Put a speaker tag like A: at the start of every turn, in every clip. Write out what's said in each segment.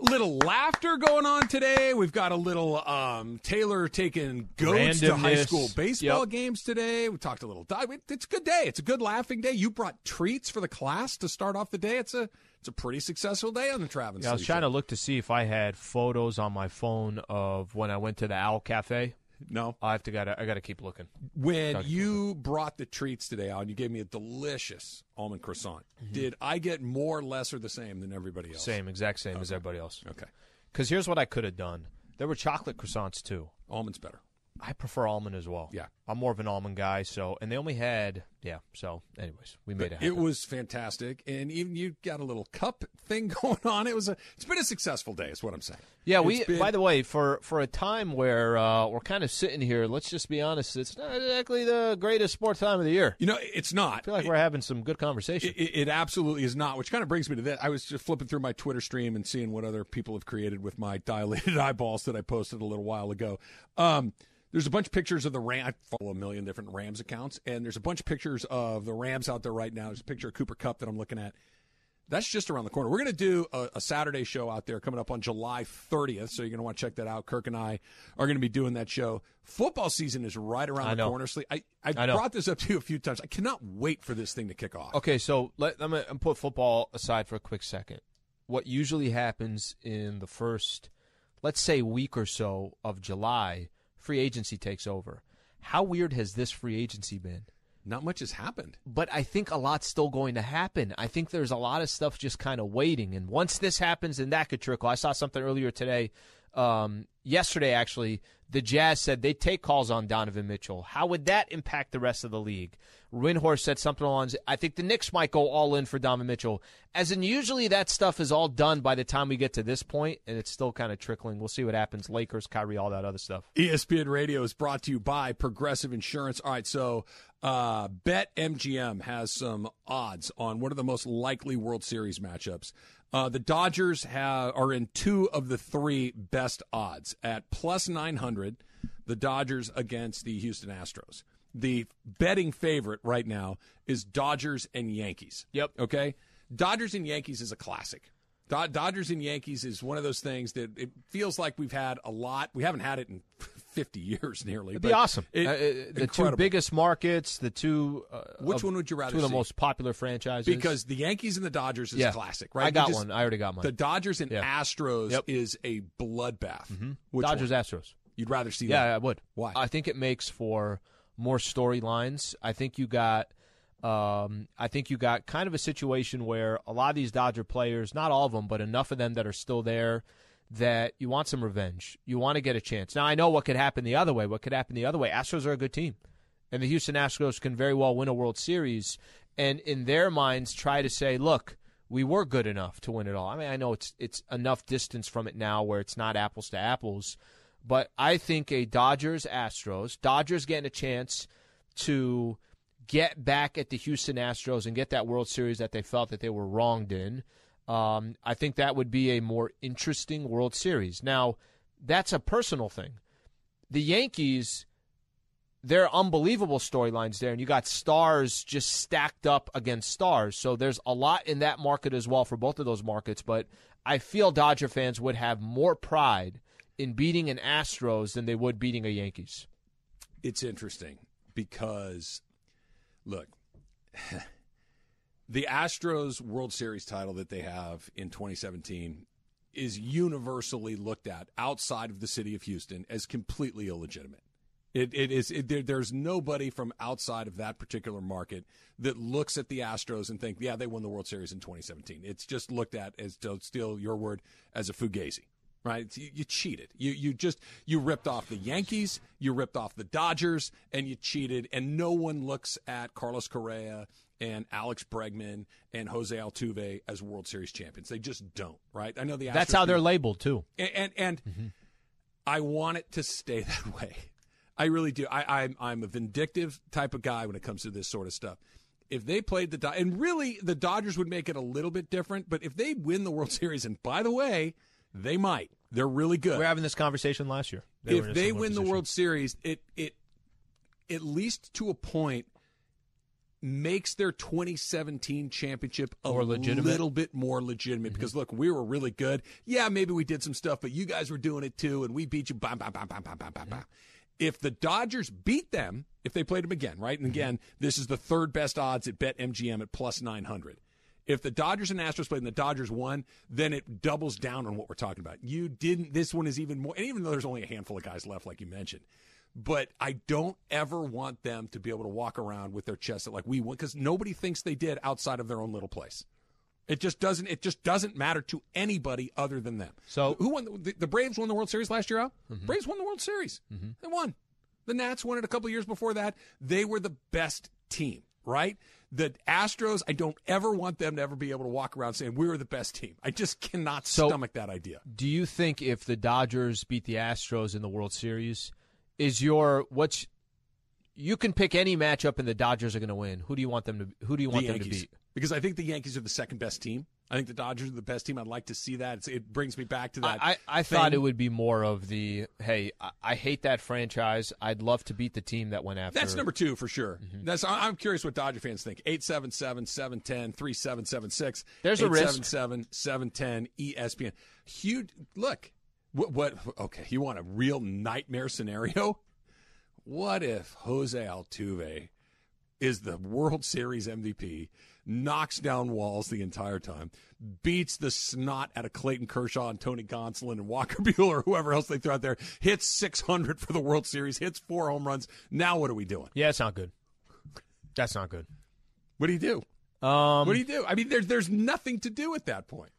A: little laughter going on today. We've got a little um, Taylor taking goats to high
B: Randomness.
A: school baseball
B: Yep.
A: games today. We talked a little. Di- it's a good day. It's a good laughing day. You brought treats for the class to start off the day. It's a it's a pretty successful day on the Travis.
B: Yeah, I was trying to look to see if I had photos on my phone of when I went to the Owl Cafe.
A: No,
B: I have to gotta I gotta keep looking.
A: when you brought the treats today on, you gave me a delicious almond croissant. Did I get more, less, or the same than everybody else?
B: Mm-hmm. Same, exact same as everybody else.
A: Okay,
B: Because here's what I could have done. There were chocolate croissants too.
A: almonds better.
B: I prefer almond as well.
A: Yeah.
B: I'm more of an almond guy. So, and they only had yeah. So, anyways, we made it.
A: It
B: Happen.
A: was fantastic, and even you got a little cup thing going on. It was a, it's been a successful day. Is what I'm saying.
B: Yeah,
A: It's
B: we.
A: been-
B: By the way, for for a time where uh, we're kind of sitting here, let's just be honest. It's not exactly the greatest sports time of the year.
A: you know, it's not.
B: I feel like we're having some good conversation.
A: It, it, it absolutely is not, which kind of brings me to that. I was just flipping through my Twitter stream and seeing what other people have created with my dilated eyeballs that I posted a little while ago. Um, there's a bunch of pictures of the Ram. I follow a million different Rams accounts, and there's a bunch of pictures of the Rams out there right now. There's a picture of Cooper Cup that I'm looking at. That's just around the corner. We're going to do a, a Saturday show out there coming up on July 30th, so you're going to want to check that out. Kirk and I are going to be doing that show. Football season is right around
B: I
A: the
B: know.
A: corner. Slee. I, I've
B: I know.
A: brought this up to you a few times. I cannot wait for this thing to kick off.
B: Okay, so let I'm gonna I'm put football aside for a quick second. What usually happens in the first, let's say, week or so of July, free agency takes over. How weird has this free agency been?
A: not much has happened.
B: But I think a lot's still going to happen. I think there's a lot of stuff just kind of waiting. And once this happens, then that could trickle. I saw something earlier today, um, yesterday actually. The Jazz said they take calls on Donovan Mitchell. How would that impact the rest of the league? Windhorst said something along. I think the Knicks might go all in for Donovan Mitchell. As in, usually that stuff is all done by the time we get to this point, and it's still kind of trickling. We'll see what happens. Lakers, Kyrie, all that other stuff.
A: ESPN Radio is brought to you by Progressive Insurance. All right, so uh, BetMGM has some odds on one of the most likely World Series matchups. Uh, the Dodgers have, are in two of the three best odds at plus 900, the Dodgers against the Houston Astros. The betting favorite right now is Dodgers and Yankees.
B: Yep.
A: Okay? Dodgers and Yankees is a classic. Do- Dodgers and Yankees is one of those things that it feels like we've had a lot. We haven't had it in 50 years nearly.
B: It'd be
A: but
B: awesome.
A: it-
B: Uh, uh, the two
A: incredible.
B: biggest markets, the two. Uh,
A: Which
B: of-
A: one would you rather
B: Two of the
A: see?
B: most popular franchises.
A: Because the Yankees and the Dodgers is
B: Yeah.
A: classic, right?
B: I
A: You
B: got
A: just-
B: one. I already got mine.
A: The Dodgers and
B: Yeah.
A: Astros
B: Yep. Mm-hmm.
A: is a bloodbath. Which
B: Dodgers,
A: one?
B: Astros.
A: You'd rather see
B: Yeah,
A: that.
B: I would.
A: Why?
B: I think it makes for more storylines. I think you got. Um, I think you got kind of a situation where a lot of these Dodger players, not all of them, but enough of them that are still there, that you want some revenge. You want to get a chance. Now I know what could happen the other way. What could happen the other way? Astros are a good team, and the Houston Astros can very well win a World Series, and in their minds try to say, look. We were good enough to win it all. I mean, I know it's it's enough distance from it now where it's not apples to apples, but I think a Dodgers Astros, Dodgers getting a chance to get back at the Houston Astros and get that World Series that they felt that they were wronged in. Um, I think that would be a more interesting World Series. Now, that's a personal thing. The Yankees, they're unbelievable storylines there, and you got stars just stacked up against stars. So there's a lot in that market as well for both of those markets. But I feel Dodger fans would have more pride in beating an Astros than they would beating a Yankees.
A: it's interesting because look the astros world series title that they have in 2017 is universally looked at outside of the city of houston as completely illegitimate it, it is it, there, there's nobody from outside of that particular market that looks at the astros and think yeah they won the world series in 2017 it's just looked at as to steal your word as a fugazi right? It's- you, you cheated. You you just you ripped off the Yankees, you ripped off the Dodgers, and you cheated. And no one looks at Carlos Correa and Alex Bregman and Jose Altuve as World Series champions. They just don't, right? I know the
B: That's
A: Astros
B: how
A: do
B: they're labeled too.
A: and and, and
B: Mm-hmm.
A: I want it to stay that way. I really do. I, I'm I'm a vindictive type of guy when it comes to this sort of stuff. If they played the Do- and really the Dodgers would make it a little bit different, but if they win the World Series, and by the way, they might. They're really good
B: We were having this conversation last year. were in
A: if
B: a
A: they
B: similar
A: win the
B: position.
A: World Series, it it at least to a point makes their 2017 championship a
B: More legitimate.
A: little bit more legitimate because look, we were really good. Yeah, maybe we did some stuff, but you guys were doing it too, and we beat you. Bam, bam, bam, bam, bam, bam, bam, bam. If the Dodgers beat them, if they played them again, right? And again, this is the third best odds at BetMGM at plus 900. If the Dodgers and Astros played and the Dodgers won, then it doubles down on what we're talking about. You didn't, this one is even more, and even though there's only a handful of guys left, like you mentioned, but I don't ever want them to be able to walk around with their chest out like we won, because nobody thinks they did outside of their own little place. It just doesn't, it just doesn't matter to anybody other than them.
B: So- Mm-hmm.
A: who won? The, the Braves won the World Series last year out? Braves won the World Series. They won. The Nats won it a couple years before that. They were the best team, right? The Astros, I don't ever want them to ever be able to walk around saying we were the best team. I just cannot
B: So-
A: stomach that idea.
B: Do you think if the Dodgers beat the Astros in the World Series, is your what's you can pick any matchup and the Dodgers are going to win. Who do you want them to? Who do you want
A: the
B: them to
A: Yankees.
B: beat?
A: Because I think the Yankees are the second best team. I think the Dodgers are the best team. I'd like to see that. It's, it brings me back to that.
B: I, I, I thought
A: thing.
B: it would be more of the hey, I, I hate that franchise. I'd love to beat the team that went after.
A: That's number two for sure. That's I- I'm curious what Dodger fans think. 877-710-3776.
B: There's a risk.
A: 710 espn Huge. Look, what, what? Okay, you want a real nightmare scenario? What if Jose Altuve is the World Series MVP, knocks down walls the entire time, beats the snot out of Clayton Kershaw and Tony Gonsolin and Walker Bueller, whoever else they throw out there, hits 600 for the World Series, hits four home runs. Now what are we doing?
B: Yeah, it's not good. That's not good.
A: What do you do?
B: Um,
A: What do you do? I mean, there's there's nothing to do at that point.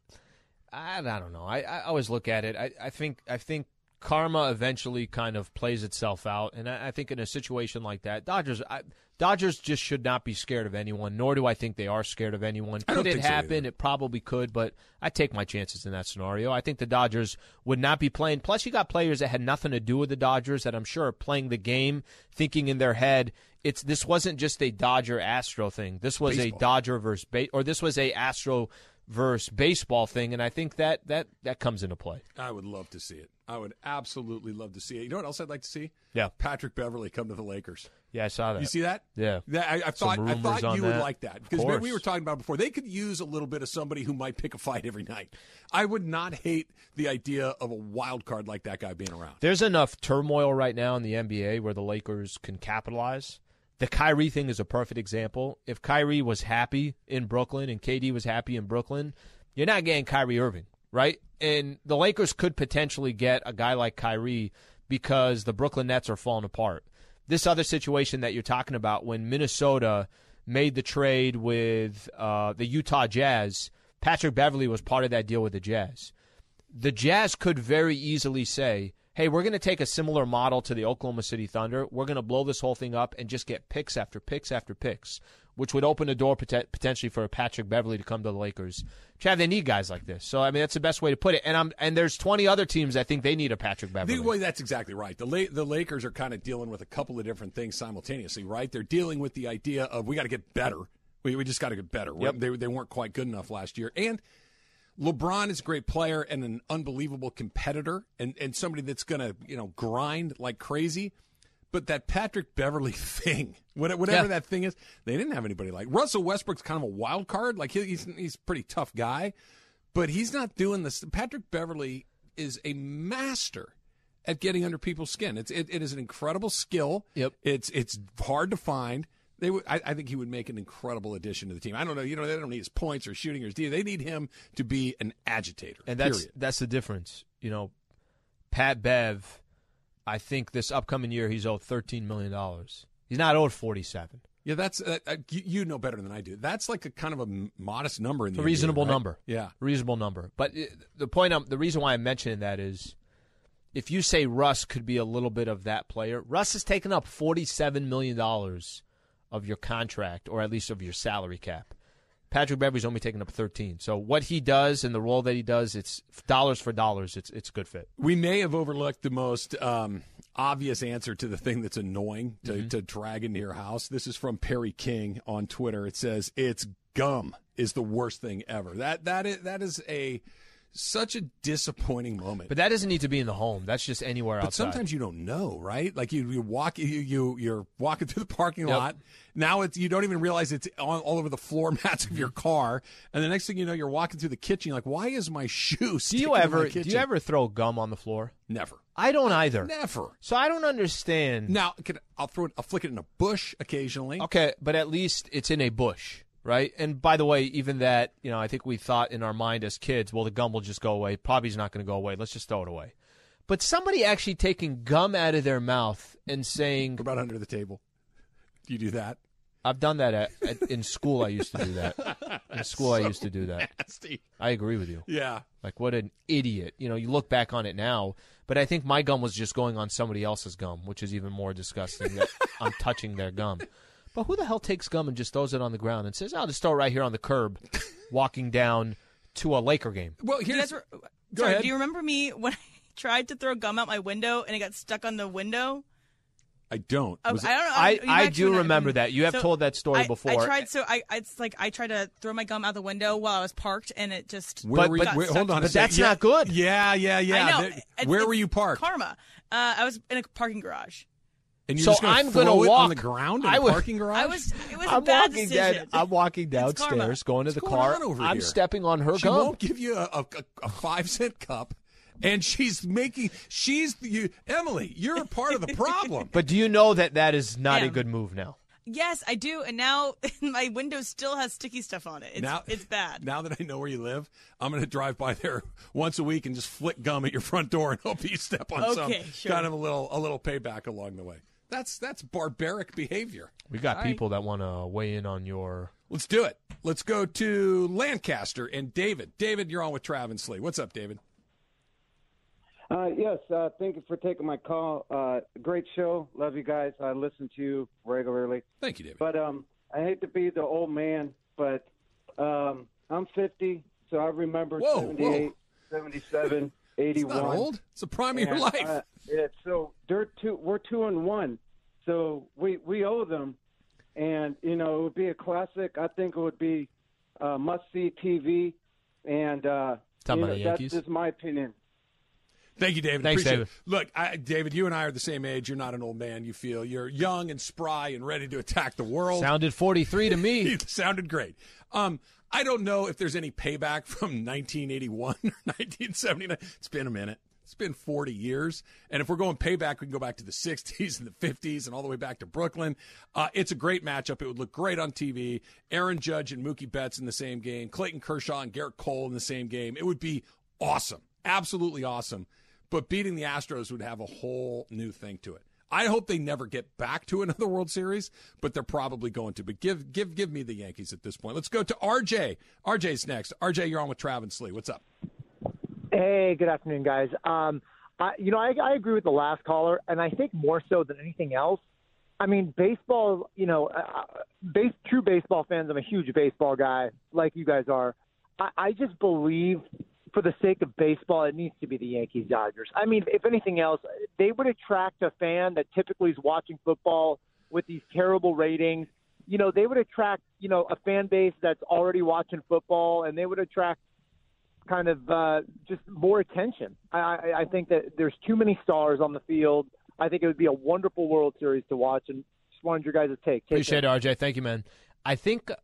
B: I, I don't know. I, I always look at it. I, I think I think karma eventually kind of plays itself out, and I, I think in a situation like that, Dodgers I, Dodgers just should not be scared of anyone. Nor do I think they are scared of anyone.
A: I don't
B: Could it
A: think so
B: happen?
A: either.
B: it probably could, but I take my chances in that scenario. I think the Dodgers would not be playing. Plus, you got players that had nothing to do with the Dodgers that I'm sure are playing the game, thinking in their head. It's this wasn't just a Dodger Astro thing. This was a
A: Baseball.
B: Dodger versus ba- or this was a Astro versus baseball thing, and I think that that that comes into play.
A: I would love to see it. I would absolutely love to see it. You know what else I'd like to see?
B: Yeah,
A: Patrick Beverly come to the Lakers.
B: yeah, I saw that.
A: You see that?
B: Yeah.
A: That- I, I
B: Some
A: thought I
B: rumors
A: thought
B: on
A: you
B: that.
A: would like that
B: Of
A: because
B: course.
A: we were talking about it before. They could use a little bit of somebody who might pick a fight every night. I would not hate the idea of a wild card like that guy being around.
B: There's enough turmoil right now in the NBA where the Lakers can capitalize. The Kyrie thing is a perfect example. If Kyrie was happy in Brooklyn and KD was happy in Brooklyn, you're not getting Kyrie Irving, right? And the Lakers could potentially get a guy like Kyrie because the Brooklyn Nets are falling apart. This other situation that you're talking about when Minnesota made the trade with uh, the Utah Jazz, Patrick Beverly was part of that deal with the Jazz the Jazz could very easily say, hey, we're going to take a similar model to the Oklahoma City Thunder. We're going to blow this whole thing up and just get picks after picks after picks, which would open the door pote- potentially for Patrick Beverly to come to the Lakers. Chad, they need guys like this. So, I mean, that's the best way to put it. And I'm and there's 20 other teams that think they need a Patrick Beverly.
A: The, well, that's exactly right. The La- the Lakers are kind of dealing with a couple of different things simultaneously, right? They're dealing with the idea of we got to get better. We, we just got to get better. We-
B: Yep.
A: They they weren't quite good enough last year, and LeBron is a great player and an unbelievable competitor, and and somebody that's gonna you know grind like crazy. But that Patrick Beverly thing, what- whatever
B: Yeah.
A: that thing is, they didn't have anybody like Russell Westbrook's kind of a wild card. Like he, he's he's a pretty tough guy, but he's not doing this. Patrick Beverly is a master at getting under people's skin. It's it, it is an incredible skill.
B: Yep.
A: It's it's hard to find. They would, I, I think he would make an incredible addition to the team. I don't know. You know, they don't need his points or shooting or his D. They need him to be an agitator.
B: And that's
A: period.
B: that's the difference. You know, Pat Bev, I think this upcoming year he's owed thirteen million dollars. He's not owed forty seven.
A: Yeah, that's uh, uh, you, you know better than I do. That's like a kind of a m- modest number in the
B: a
A: NBA,
B: reasonable
A: right?
B: number.
A: Yeah,
B: reasonable number. But uh, the point, I'm, the reason why I'm mentioning that is, if you say Russ could be a little bit of that player, Russ has taken up forty-seven million dollars of your contract, or at least of your salary cap. Patrick Beverly's only taken up thirteen. So what he does and the role that he does, it's dollars for dollars. It's it's a good fit.
A: we may have overlooked the most um, obvious answer to the thing that's annoying to,
B: Mm-hmm.
A: to drag into your house. This is from Perry King on Twitter. It says it's gum is the worst thing ever. That that is that is a such a disappointing moment.
B: But that doesn't need to be in the home. That's just anywhere
A: But
B: outside.
A: sometimes you don't know, right? Like you, you walk, you, you you're walking through the parking
B: Yep.
A: lot. Now it's you don't even realize it's on, all over the floor mats of
B: Mm-hmm.
A: your car, and the next thing you know, you're walking through the kitchen. You're like, why is my shoe?
B: do
A: Sticking
B: you
A: In
B: ever
A: my
B: do
A: kitchen?
B: you ever throw gum on the floor?
A: Never.
B: I don't either.
A: Never.
B: So I don't understand.
A: Now, could, I'll throw it. I'll flick it in a bush occasionally.
B: Okay, but at least it's in a bush, right? And by the way, even that, you know, I think we thought in our mind as kids, well, the gum will just go away. Probably is not going to go away. Let's just throw it away. But somebody actually taking gum out of their mouth and saying,
A: What about under the table? Do you do that?
B: "I've done that at, at, in school. I used to do that. In school, I used to do that.
A: Nasty.
B: I agree with you.
A: Yeah.
B: Like, what an idiot. You know, you look back on it now, but I think my gum was just going on somebody else's gum, which is even more disgusting that I'm touching their gum. But who the hell takes gum and just throws it on the ground and says, I'll just throw it right here on the curb, walking down to a Laker game?
A: Well,
C: Do you
A: here's
C: guys, re- sorry,
A: ahead.
C: do you remember me when I tried to throw gum out my window and it got stuck on the window?
A: I don't.
C: I,
A: Was it-
C: Oh, I don't know.
B: I-
C: you
B: I
C: actually
B: do
C: might have
B: remember
C: been-
B: that. You have told that story
C: I- I
B: before.
C: tried so I I- it's like I tried to throw my gum out the window while I was parked and it just
A: where
B: but-
A: were
B: but-
A: you, wait, hold on. a
B: but
A: sec.
B: that's
A: Yeah.
B: not good.
A: Yeah, yeah, yeah.
C: I know.
A: There-
C: It's-
A: Where
C: it's
A: were you parked?
C: Karma. Uh, I was in a parking garage.
A: and you're
B: So
A: just gonna
B: I'm
A: throw
B: gonna
A: it
B: walk-
A: on the ground in
B: I
A: the
B: would-
A: parking garage.
C: I was it was a
B: I'm
C: bad
B: walking,
C: decision.
B: down, I'm walking
C: It's karma.
B: downstairs, going to the
A: going
B: car.
A: on over
B: I'm
A: here?
B: stepping on her
A: she
B: gum.
A: won't give you a, a, a five cent cup, and she's making she's you Emily. You're a part of the problem.
B: But do you know that that is not a
C: Yeah.
B: good move now?
C: Yes, I do, and now my window still has sticky stuff on it. It's it's bad.
A: Now that I know where you live, I'm going to drive by there once a week and just flick gum at your front door and hope you step on some
C: Okay, sure.
A: kind of a little a little payback along the way. That's that's barbaric behavior.
B: We got people that want to weigh in on your.
A: Let's do it. Let's go to Lancaster and David. David, you're on with Travis Lee. What's up, David?
D: Uh, yes, uh, thank you for taking my call. Uh, great show. Love you guys. I listen to you regularly.
A: Thank you, David.
D: But um, I hate to be the old man, but um, I'm 50, so I remember
A: Whoa,
D: seventy-eight, seventy-seven, eighty-one. 78, 77, 81.
A: it's not old. It's the prime of your
D: And,
A: life.
D: uh, yeah, so they're two. We're two and one. So we we owe them, and you know it would be a classic. I think it would be uh, must see TV, and uh,
B: Talking
D: you
B: about
D: know,
B: the Yankees?
D: that's just my opinion.
A: Thank you, David.
B: Thanks,
A: Appreciate
B: David.
A: It. Look, I, David, you and I are the same age. You're not an old man. You feel you're young and spry and ready to attack the world.
B: Sounded 43 to me.
A: It sounded great. Um, I don't know if there's any payback from 1981 or 1979. It's been a minute. It's been 40 years. And if we're going payback, we can go back to the 60s and the 50s and all the way back to Brooklyn. Uh, it's a great matchup. It would look great on TV. Aaron Judge and Mookie Betts in the same game, Clayton Kershaw and Garrett Cole in the same game. It would be awesome. Absolutely awesome. But beating the Astros would have a whole new thing to it. I hope they never get back to another World Series, but they're probably going to. But give give give me the Yankees at this point. Let's go to RJ. RJ's next. RJ, you're on with Travis Lee. What's up?
E: Hey, good afternoon, guys. Um, I, you know, I, I agree with the last caller, and I think more so than anything else. I mean, baseball. You know, uh, base, true baseball fans. I'm a huge baseball guy, like you guys are. I, I just believe, for the sake of baseball, it needs to be the Yankees Dodgers. I mean, if anything else, they would attract a fan that typically is watching football with these terrible ratings. You know, they would attract you know a fan base that's already watching football, and they would attract kind of uh, just more attention. I, I, I think that there's too many stars on the field. I think it would be a wonderful World Series to watch, and just wanted your guys' take. take
B: Appreciate it, RJ. Thank you, man. I think uh,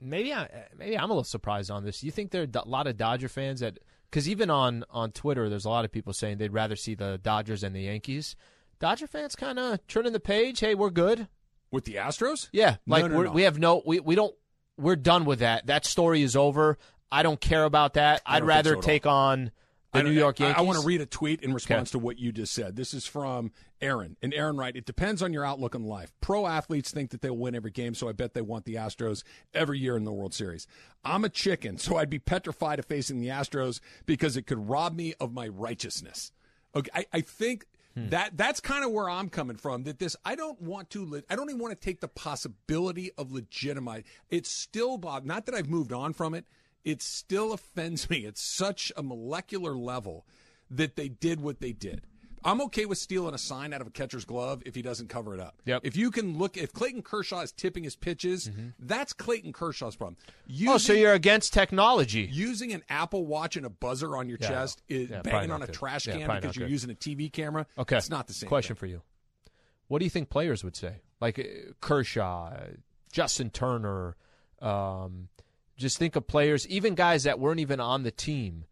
B: maybe I maybe I'm a little surprised on this. You think there are a lot of Dodger fans that because even on on Twitter, there's a lot of people saying they'd rather see the Dodgers and the Yankees. Dodger fans kind of turning the page. Hey, we're good.
A: With the Astros?
B: Yeah,
A: No,
B: like
A: no,
B: we're,
A: no.
B: we have no we we don't we're done with that. That story is over. I don't care about that.
A: I
B: I'd
A: don't think
B: rather
A: so at
B: take on The
A: I don't-
B: New York
A: I-
B: Yankees.
A: I, want to read a tweet in response to what you just said. This is from Aaron. And Aaron Wright, it depends on your outlook on life. Pro athletes think that they'll win every game, so I bet they want the Astros every year in the World Series. I'm a chicken, so I'd be petrified of facing the Astros because it could rob me of my righteousness. Okay, I, I think that that's kind of where I'm coming from. That this, I don't want to. le- I don't even want to take the possibility of legitimate. It's still Bob. Not that I've moved on from it. It still offends me. It's such a molecular level that they did what they did. I'm okay with stealing a sign out of a catcher's glove if he doesn't cover it up.
B: Yep. Mm-hmm.
A: If you can look, if Clayton Kershaw is tipping his pitches, that's Clayton Kershaw's problem. Using,
B: Oh, so you're against technology.
A: using an Apple Watch and a buzzer on your
B: Yeah,
A: chest, is
B: yeah, probably
A: banging
B: not
A: on a
B: good.
A: trash
B: Yeah,
A: can
B: probably
A: because
B: not
A: you're
B: good.
A: using a TV camera.
B: Okay.
A: it's not the same.
B: Question
A: thing.
B: for you. What do you think players would say? Like uh, Kershaw, uh, Justin Turner, um, just think of players, even guys that weren't even on the team,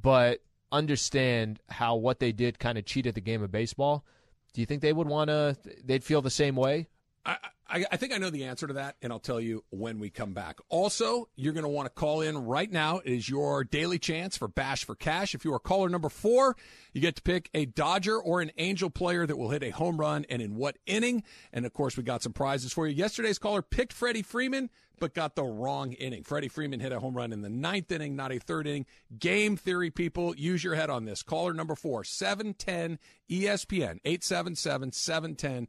B: but understand how what they did kind of cheated the game of baseball. Do you think they would want to, they'd feel the same way?
A: I, I, I think I know the answer to that, and I'll tell you when we come back. Also, you're going to want to call in right now. It is your daily chance for Bash for Cash. If you are caller number four, you get to pick a Dodger or an Angel player that will hit a home run and in what inning. And of course, we got some prizes for you. Yesterday's caller picked Freddie Freeman, but got the wrong inning. Freddie Freeman hit a home run in the ninth inning, not a third inning. Game theory, people, use your head on this. Caller number four, E 710 ESPN, 877 710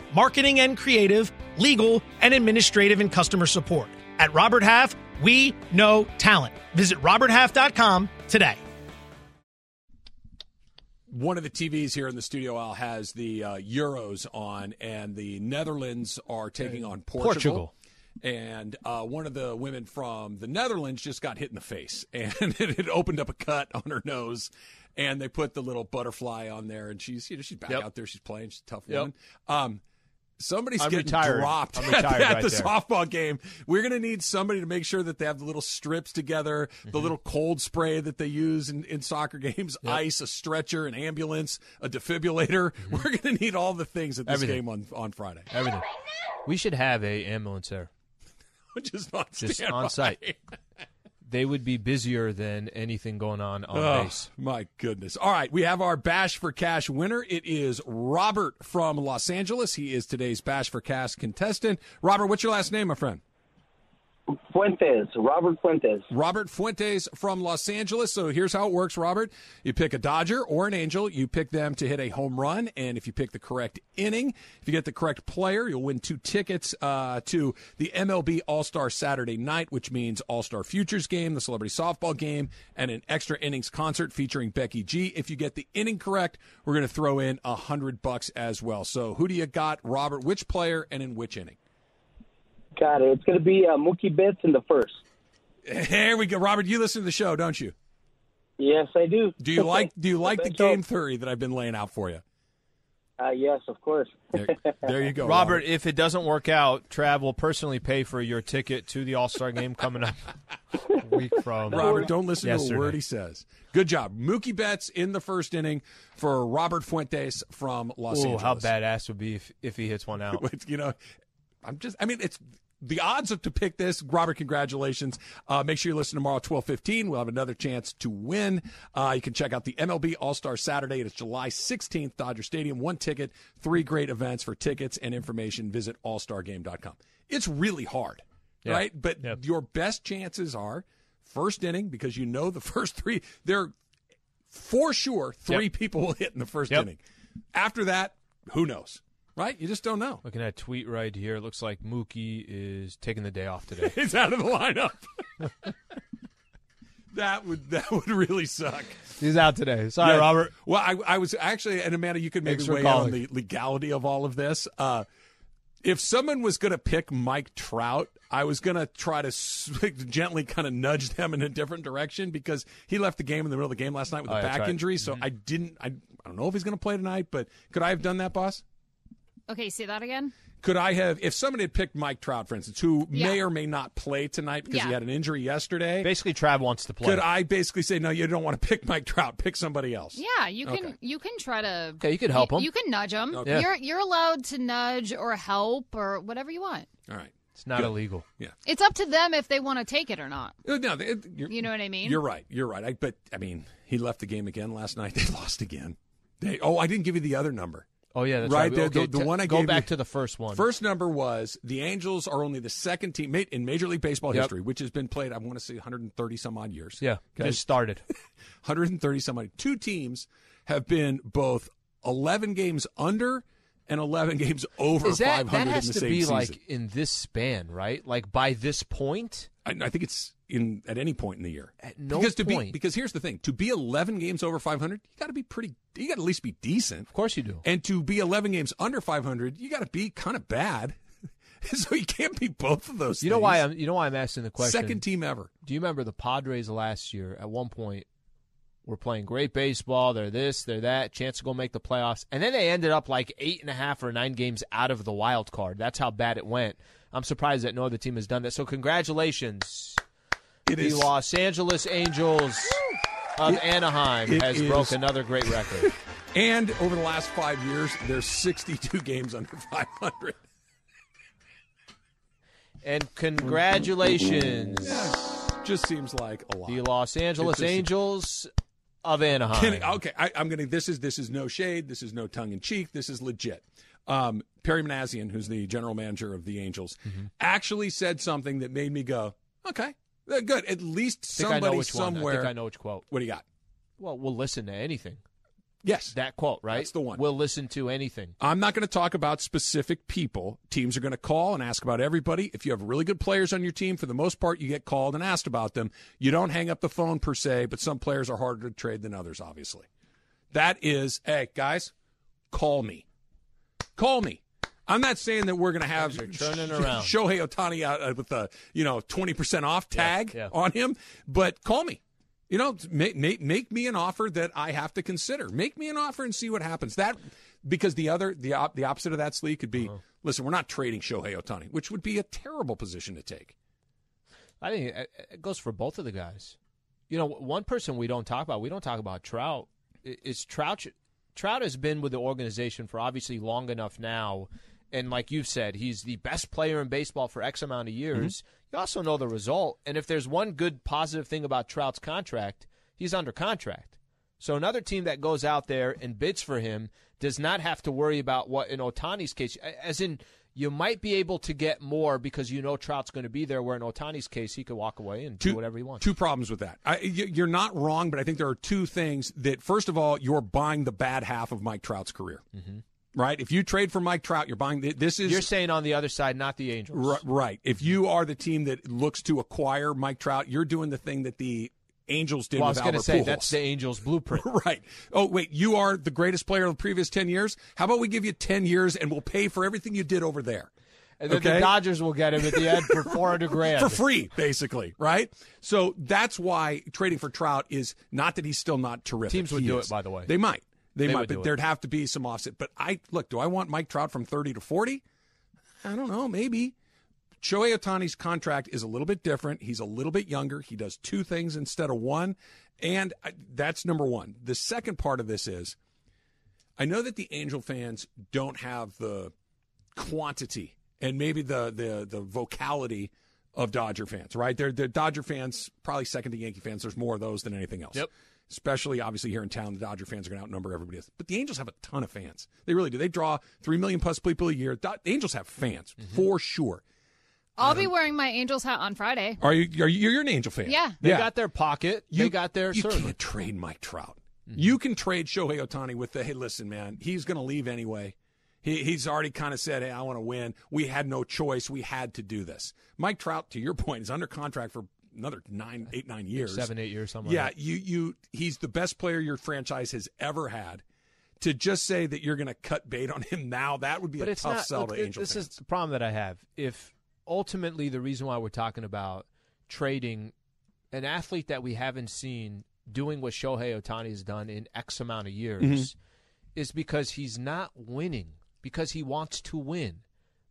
F: marketing and creative, legal, and administrative and customer support. At Robert Half, we know talent. Visit roberthalf.com today.
A: one of the TVs here in the studio aisle has the uh, Euros on, and the Netherlands are taking on Portugal.
B: Portugal.
A: And uh, one of the women from the Netherlands just got hit in the face, and it had opened up a cut on her nose. And they put the little butterfly on there, and she's you know she's back
B: Yep.
A: out there, she's playing, she's a tough
B: Yep.
A: woman. Um, somebody's
B: I'm
A: getting
B: retired.
A: dropped
B: I'm
A: at,
B: retired
A: at
B: right
A: the
B: there.
A: softball game. We're going to need somebody to make sure that they have the little strips together,
B: Mm-hmm.
A: the little cold spray that they use in, in soccer games, ice, a stretcher, an ambulance, a defibrillator. We're going to need all the things at this
B: Mm-hmm. Everything.
A: game on, on Friday.
B: Everything. We should have a ambulance there.
A: Just on,
B: Just
A: standby.
B: on site. They would be busier than anything going on on
A: Oh,
B: base.
A: my goodness. All right, we have our Bash for Cash winner. It is Robert from Los Angeles. He is today's Bash for Cash contestant. Robert, what's your last name, my friend?
G: Fuentes, Robert Fuentes.
A: Robert Fuentes from Los Angeles. So here's how it works, Robert. You pick a Dodger or an Angel. You pick them to hit a home run. And if you pick the correct inning, if you get the correct player, you'll win two tickets uh, to the MLB All Star Saturday night, which means All Star Futures game, the Celebrity Softball game, and an extra innings concert featuring Becky G. If you get the inning correct, we're going to throw in a hundred bucks as well. So who do you got, Robert? Which player and in which inning?
G: Got it. It's going to be uh, Mookie Betts in the first.
A: Here we go, Robert. You listen to the show, don't you?
G: Yes, I do.
A: Do you like do you like the
G: Thank you.
A: game theory that I've been laying out for you?
G: Uh, yes, of course.
A: There, there you go,
B: Robert, if it doesn't work out, Trav will personally pay for your ticket to the All Star game coming up a week from.
A: Robert, don't listen to
B: Yesterday.
A: a word he says. Good job, Mookie Betts in the first inning for Robert Fuentes from Los
B: Ooh,
A: Angeles.
B: how badass would be if, if he hits one out.
A: It's, you know, I'm just. I mean, it's the odds of to pick this. Robert, congratulations. Uh, make sure you listen tomorrow, twelve fifteen. We'll have another chance to win. Uh, you can check out the MLB All Star Saturday. It is July sixteenth, Dodger Stadium. One ticket, three great events. For tickets and information, visit allstargame.com. It's really hard,
B: Yeah.
A: right? But
B: Yep.
A: your best chances are first inning because you know the first three. There are for sure three people will hit in the first
B: Yep.
A: inning. After that, who knows? Right? You just don't know.
B: Looking at a tweet right here, it looks like Mookie is taking the day off today.
A: It's out of the lineup. that would that would really suck.
B: He's out today. Sorry,
A: Yeah.
B: Robert.
A: Well, I, I was actually, and Amanda, you could maybe
B: Thanks for
A: weigh in on
B: calling.
A: the legality of all of this. Uh, if someone was going to pick Mike Trout, I was going to try to s- gently kind of nudge them in a different direction because he left the game in the middle of the game last night with
B: Oh,
A: a
B: yeah, that's
A: back
B: right.
A: injury. So I didn't. I, I don't know if he's going to play tonight, but could I have done that, boss?
H: Okay, say that again.
A: Could I have, if somebody had picked Mike Trout, for instance, who
H: Yeah.
A: may or may not play tonight because he
H: Yeah.
A: had an injury yesterday?
B: Basically, Trav wants to play.
A: Could I basically say, no, you don't want to pick Mike Trout, pick somebody else?
H: Yeah, you can
A: Okay.
H: you can try to
B: Okay, you could help
H: you,
B: him.
H: You can nudge them.
A: Okay. Yeah.
H: You're you're allowed to nudge or help or whatever you want.
A: All right.
B: It's not illegal.
H: It's up to them if they want to take it or not.
A: Uh, No, it- you're,
H: You know what I mean?
A: You're right. You're right. I, but I mean, he left the game again last night. They lost again. They. Oh, I didn't give you the other number.
B: Oh yeah, that's
A: Right,
B: right.
A: the-
B: Okay,
A: the-
B: t-
A: the one I
B: go
A: gave
B: back
A: you-
B: to the first one.
A: First number was the Angels are only the second team ma- in Major League Baseball
B: Yep.
A: history, which has been played. I want to say 130 some odd years.
B: yeah,
A: Okay.
B: just started.
A: 130 some odd. Two teams have been both 11 games under and 11 games over
B: Is that
A: 500
B: that has
A: in the
B: to
A: same
B: be
A: season.
B: like in this span, right? Like by this point,
A: I, I think it's in at any point in the year.
B: At no
A: because to be
B: point.
A: because here's the thing: to be 11 games over 500, you got to be pretty. You got to at least be decent.
B: of course you do.
A: And to be 11 games under 500, you got to be kind of bad. so you can't be both of those.
B: You know why I'm you know why I'm asking the question.
A: second team ever.
B: Do you remember the Padres last year? At one point, were playing great baseball. They're this, they're that. Chance to go make the playoffs, and then they ended up like eight and a half or nine games out of the wild card. That's how bad it went. I'm surprised that no other team has done that. So congratulations,
A: It
B: the
A: is
B: Los Angeles Angels of Anaheim
A: it
B: has
A: is-
B: broke another great record.
A: and over the last 5 years, there's 62 games under 500.
B: and congratulations,
A: Just seems like a lot.
B: the Los Angeles
A: just-
B: Angels of Anaheim.
A: Can I- okay, I, I'm gonna. This is this is no shade. This is no tongue in cheek. This is legit. Um, Perry Manassian, who's the general manager of the Angels,
B: Mm-hmm.
A: actually said something that made me go, "Okay, uh, good. At least
B: I think I know
A: somebody
B: which one. I
A: somewhere."
B: think I know which quote.
A: What do you got?
B: Well, we'll listen to anything.
A: Yes,
B: That quote, right?
A: That's the one.
B: We'll listen to anything.
A: I'm not going to talk about specific people. Teams are going to call and ask about everybody. If you have really good players on your team, for the most part, you get called and asked about them. You don't hang up the phone per se, but some players are harder to trade than others, obviously. That is, hey, guys, call me. Call me. I'm not saying that we're going to have
B: Things are turning around.
A: Shohei Otani out uh, with a, you know, 20% off tag
B: yeah.
A: on him, but call me. You know, make, make make me an offer that I have to consider. Make me an offer and see what happens. That because the other the op, the opposite of that Slee could
B: Uh-huh.
A: be listen, we're not trading Shohei Otani, which would be a terrible position to take.
B: I think it, it goes for both of the guys. You know, one person we don't talk about, we don't talk about Trout. I- Is Trout Trout has been with the organization for obviously long enough now. And like you've said, he's the best player in baseball for X amount of years. You also know the result. And if there's one good positive thing about Trout's contract, he's under contract. So another team that goes out there and bids for him does not have to worry about what in Otani's case, as in you might be able to get more because you know Trout's going to be there. Where in Otani's case, he could walk away and do whatever he wants.
A: Two problems with that. I, you- you're not wrong, but I think there are two things that first of all, you're buying the bad half of Mike Trout's career. Right? If you trade for Mike Trout, you're buying this is
B: Mm-hmm. You're saying on the other side, not the Angels.
A: Ri- right. If you are the team that looks to acquire Mike Trout, you're doing the thing that the Angels did
B: Well, I
A: with
B: was going to
A: Albert
B: say
A: Pujols.
B: that's the Angels' blueprint.
A: right. Oh, wait, you are the greatest player of the previous 10 years? How about we give you 10 years and we'll pay for everything you did over there?
B: And then
A: Okay.
B: the Dodgers will get him at the end for four hundred grand.
A: For free, basically, right? So that's why trading for Trout is not that he's still not terrific.
B: Teams would
A: He
B: do
A: is.
B: it, by the way.
A: They might. They,
B: They
A: might,
B: would do
A: but
B: it.
A: there'd have to be some offset. But I look, do I want Mike Trout from 30 to 40? I don't know, maybe. Shohei Otani's contract is a little bit different. He's a little bit younger. He does two things instead of one. And I, that's number one. The second part of this is I know that the Angel fans don't have the quantity and maybe the the the vocality of Dodger fans, right? They're, they're Dodger fans, probably second to Yankee fans. There's more of those than anything else.
B: Yep.
A: Especially obviously here in town, the Dodger fans are going to outnumber everybody else. But the Angels have a ton of fans. They really do. They draw three million plus people a year. Do- the Angels have fans for sure.
H: I'll be wearing my Angels hat on Friday.
A: Are you? Are you? You're an Angel fan.
H: Yeah.
B: They got Mm-hmm. their pocket. they got their
A: You
B: serve.
A: can't trade Mike Trout. You can trade Shohei Otani with the hey, listen, man, he's going to leave anyway. He, he's already kind of said, hey, I want to win. We had no choice. We had to do this. Mike Trout, to your point, is under contract for another nine, eight, nine years,
B: Seven, eight years, something like
A: Yeah,
B: that.
A: you, you, he's the best player your franchise has ever had. To just say that you're going to cut bait on him now, that would be
B: but
A: a
B: it's
A: tough
B: not,
A: sell
B: look,
A: to
B: it-
A: Angel
B: This
A: fans.
B: is the problem that I have. If ultimately the reason why we're talking about trading an athlete that we haven't seen doing what Shohei Otani has done in X amount of years
A: Mm-hmm.
I: Mhm.
B: is because he's not winning, because he wants to win.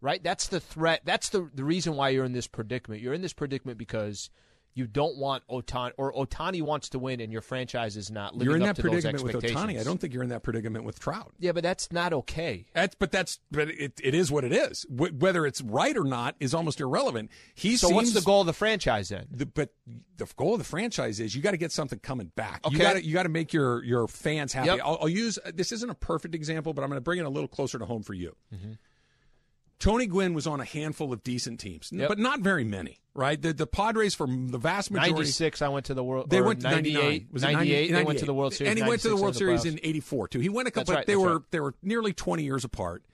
B: Right? That's the threat. That's the, the reason why you're in this predicament. You're in this predicament because you don't want Otani or Otani wants to win and your franchise is not living
A: You're in
B: up
A: that
B: to
A: predicament
B: those
A: with
B: expectations.
A: Otani. I don't think you're in that predicament with Trout.
B: Yeah, but that's not okay.
A: That's but that's but it, it is what it is. Wh- whether it's right or not is almost irrelevant. He
B: So what's the
A: goal
B: of the franchise then?
A: but the goal of the franchise is you got to get something coming back.
B: Okay.
A: You got to you got to make your your fans happy.
B: Yep.
A: I'll, I'll use this isn't a perfect example, but I'm going to bring it a little closer to home for you.
B: Mm-hmm.
A: Tony Gwynn was on a handful of decent teams, n-
B: Yep.
A: but not very many. Right? The the Padres for m- the vast majority.
B: 96, I went to the World
A: They
B: or
A: went to
B: 98.
A: 98. Was it
B: 98, they went to the World Series.
A: And he went to the
B: 96
A: World
B: in
A: Series
B: playoffs.
A: in 84 too. He went a couple
B: That's right,
A: they
B: that's
A: were
B: right.
A: they were nearly 20 years apart.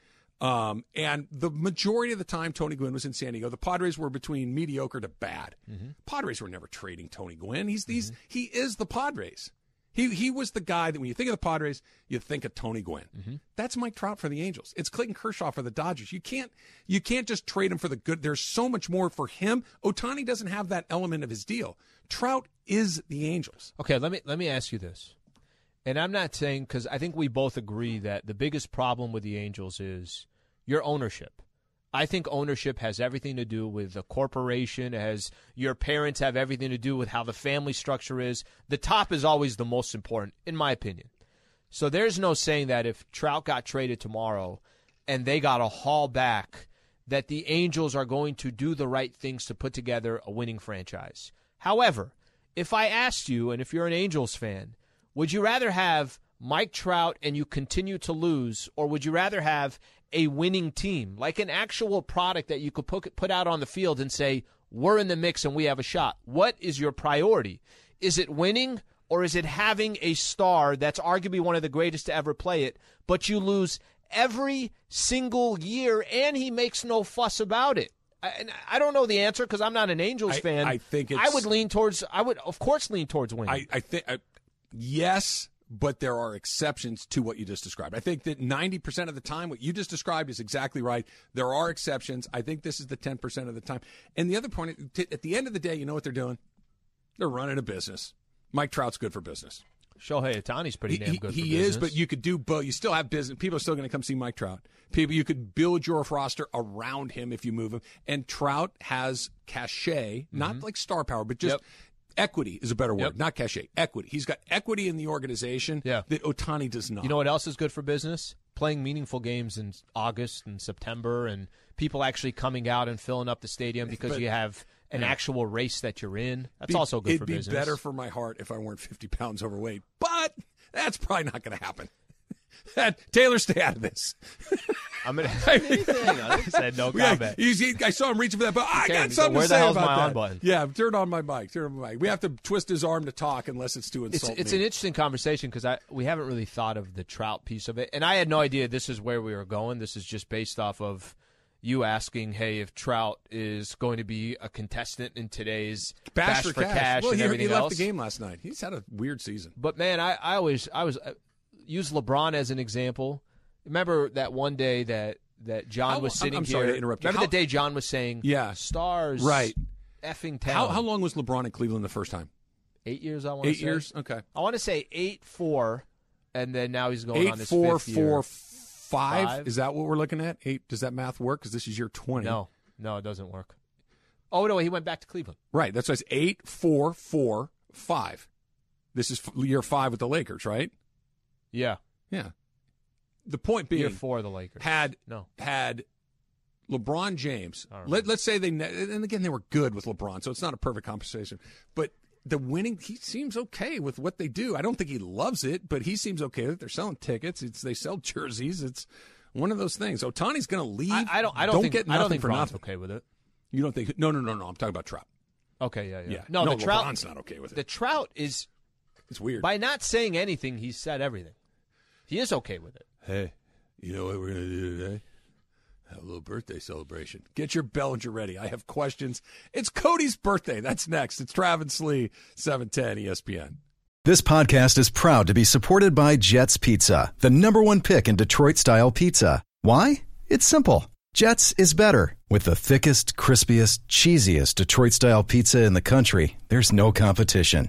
A: Um, and the majority of the time Tony Gwynn was in San Diego, the Padres were between mediocre to bad.
B: Mm-hmm.
A: Padres were never trading Tony Gwynn. He's these he is the Padres. He he was the guy that when you think of the Padres, you think of Tony Gwynn.
B: Mm-hmm.
A: That's Mike Trout for the Angels. It's Clayton Kershaw for the Dodgers. You can't you can't just trade him for the good. There's so much more for him. Otani doesn't have that element of his deal. Trout is the Angels.
B: Okay, let me let me ask you this, and I'm not saying because I think we both agree that the biggest problem with the Angels is your ownership. I think ownership has everything to do with the corporation, as your parents have everything to do with how the family structure is. The top is always the most important, in my opinion. So there's no saying that if Trout got traded tomorrow and they got a haul back, that the Angels are going to do the right things to put together a winning franchise. However, if I asked you, and if you're an Angels fan, would you rather have Mike Trout and you continue to lose, or would you rather have a winning team, like an actual product that you could put, put out on the field and say, we're in the mix and we have a shot? What is your priority? Is it winning or is it having a star that's arguably one of the greatest to ever play it, but you lose every single year and he makes no fuss about it? I, and I don't know the answer because I'm not an Angels
A: I-
B: fan.
A: I think
B: I
A: it's-
B: would lean towards. I would, of course, lean towards winning.
A: I, I think I, yes, but there are exceptions to what you just described. I think that ninety percent of the time, what you just described is exactly right. There are exceptions. I think this is the ten percent of the time. And the other point, t- at the end of the day, you know what they're doing? They're running a business. Mike Trout's good for business.
B: Shohei Otani's pretty damn
A: he,
B: good.
A: he
B: for
A: is,
B: business.
A: but you could do both. You still have business. People are still going to come see Mike Trout. People, you could build your roster around him if you move him. And Trout has cachet, not
B: Mm-hmm.
A: like star power, but just equity is a better word. Not cachet, equity. He's got equity in the organization that Otani does not.
B: You know what else is good for business? Playing meaningful games in August and September, and people actually coming out and filling up the stadium because
A: But-
B: you have an
A: Yeah.
B: actual race that you're in. That's
A: Be-
B: also good
A: It'd
B: for
A: be
B: business.
A: better for my heart if I weren't fifty pounds overweight, but that's probably not going to happen. That, Taylor, stay out of this.
B: I'm gonna.
A: I
B: said no comment.
A: I saw him reaching for that, but I
B: You can,
A: got
B: you
A: something
B: go, "Where
A: to
B: the
A: say
B: hell's
A: about
B: my
A: that.
B: on button?
A: Yeah, turn on my mic. Turn on my mic. We have to twist his arm to talk unless it's to
B: It's,
A: insult
B: it's
A: me.
B: an interesting conversation because I we haven't really thought of the trout piece of it, and I had no idea this is where we were going. This is just based off of you asking, hey, if Trout is going to be a contestant in today's
A: Bash for
B: for
A: cash.
B: cash,
A: well,
B: and
A: he,
B: everything
A: he left
B: else.
A: the game last night. He's had a weird season.
B: But man, I, I always I was uh, use LeBron as an example. Remember that one day that that John
A: How-
B: was
A: I'm-
B: sitting
A: I'm
B: here.
A: sorry to interrupt you.
B: Remember
A: How-
B: the day John was saying,
A: Yeah.
B: stars,
A: Right.
B: effing town."
A: How, how long was LeBron in Cleveland the first time?
B: Eight years, I want to
A: Eight
B: say.
A: years. Okay.
B: I want to say eight four, and then now he's going on
A: Eight,
B: his
A: four,
B: fifth year.
A: four, five.
B: Five.
A: Is that what we're looking at? Eight. Does that math work? Because this is year twenty.
B: No, no, it doesn't work. Oh no, he went back to Cleveland.
A: Right. That's why it's eight, four, four, five. This is f- year five with the Lakers, right?
B: Yeah,
A: Yeah. The point being,
B: year four of the Lakers.
A: had
B: No.
A: had LeBron James. Let, let's say they ne- and again they were good with LeBron, so it's not a perfect compensation. But the winning, he seems okay with what they do. I don't think he loves it, but he seems okay with it. They're selling tickets. It's they sell jerseys. It's one of those things. Otani's going to leave.
B: I, I don't. I don't, think.
A: get
B: I
A: nothing
B: don't think
A: for
B: Bron's
A: nothing.
B: okay with it.
A: You don't think? No, no, no, no. I'm talking about Trout.
B: Okay, yeah, yeah.
A: Yeah.
B: No,
A: No,
B: the Trout,
A: LeBron's not okay with it.
B: The Trout is
A: It's weird.
B: By not saying anything, he said everything. He is okay with it.
A: Hey, you know what we're going to do today? Have a little birthday celebration. Get your Bellinger ready. I have questions. It's Cody's birthday. That's next. It's Travis Lee, E 710 ESPN.
J: This podcast is proud to be supported by Jets Pizza, the number one pick in Detroit style pizza. Why? It's simple. Jets is better. With the thickest, crispiest, cheesiest Detroit style pizza in the country, there's no competition.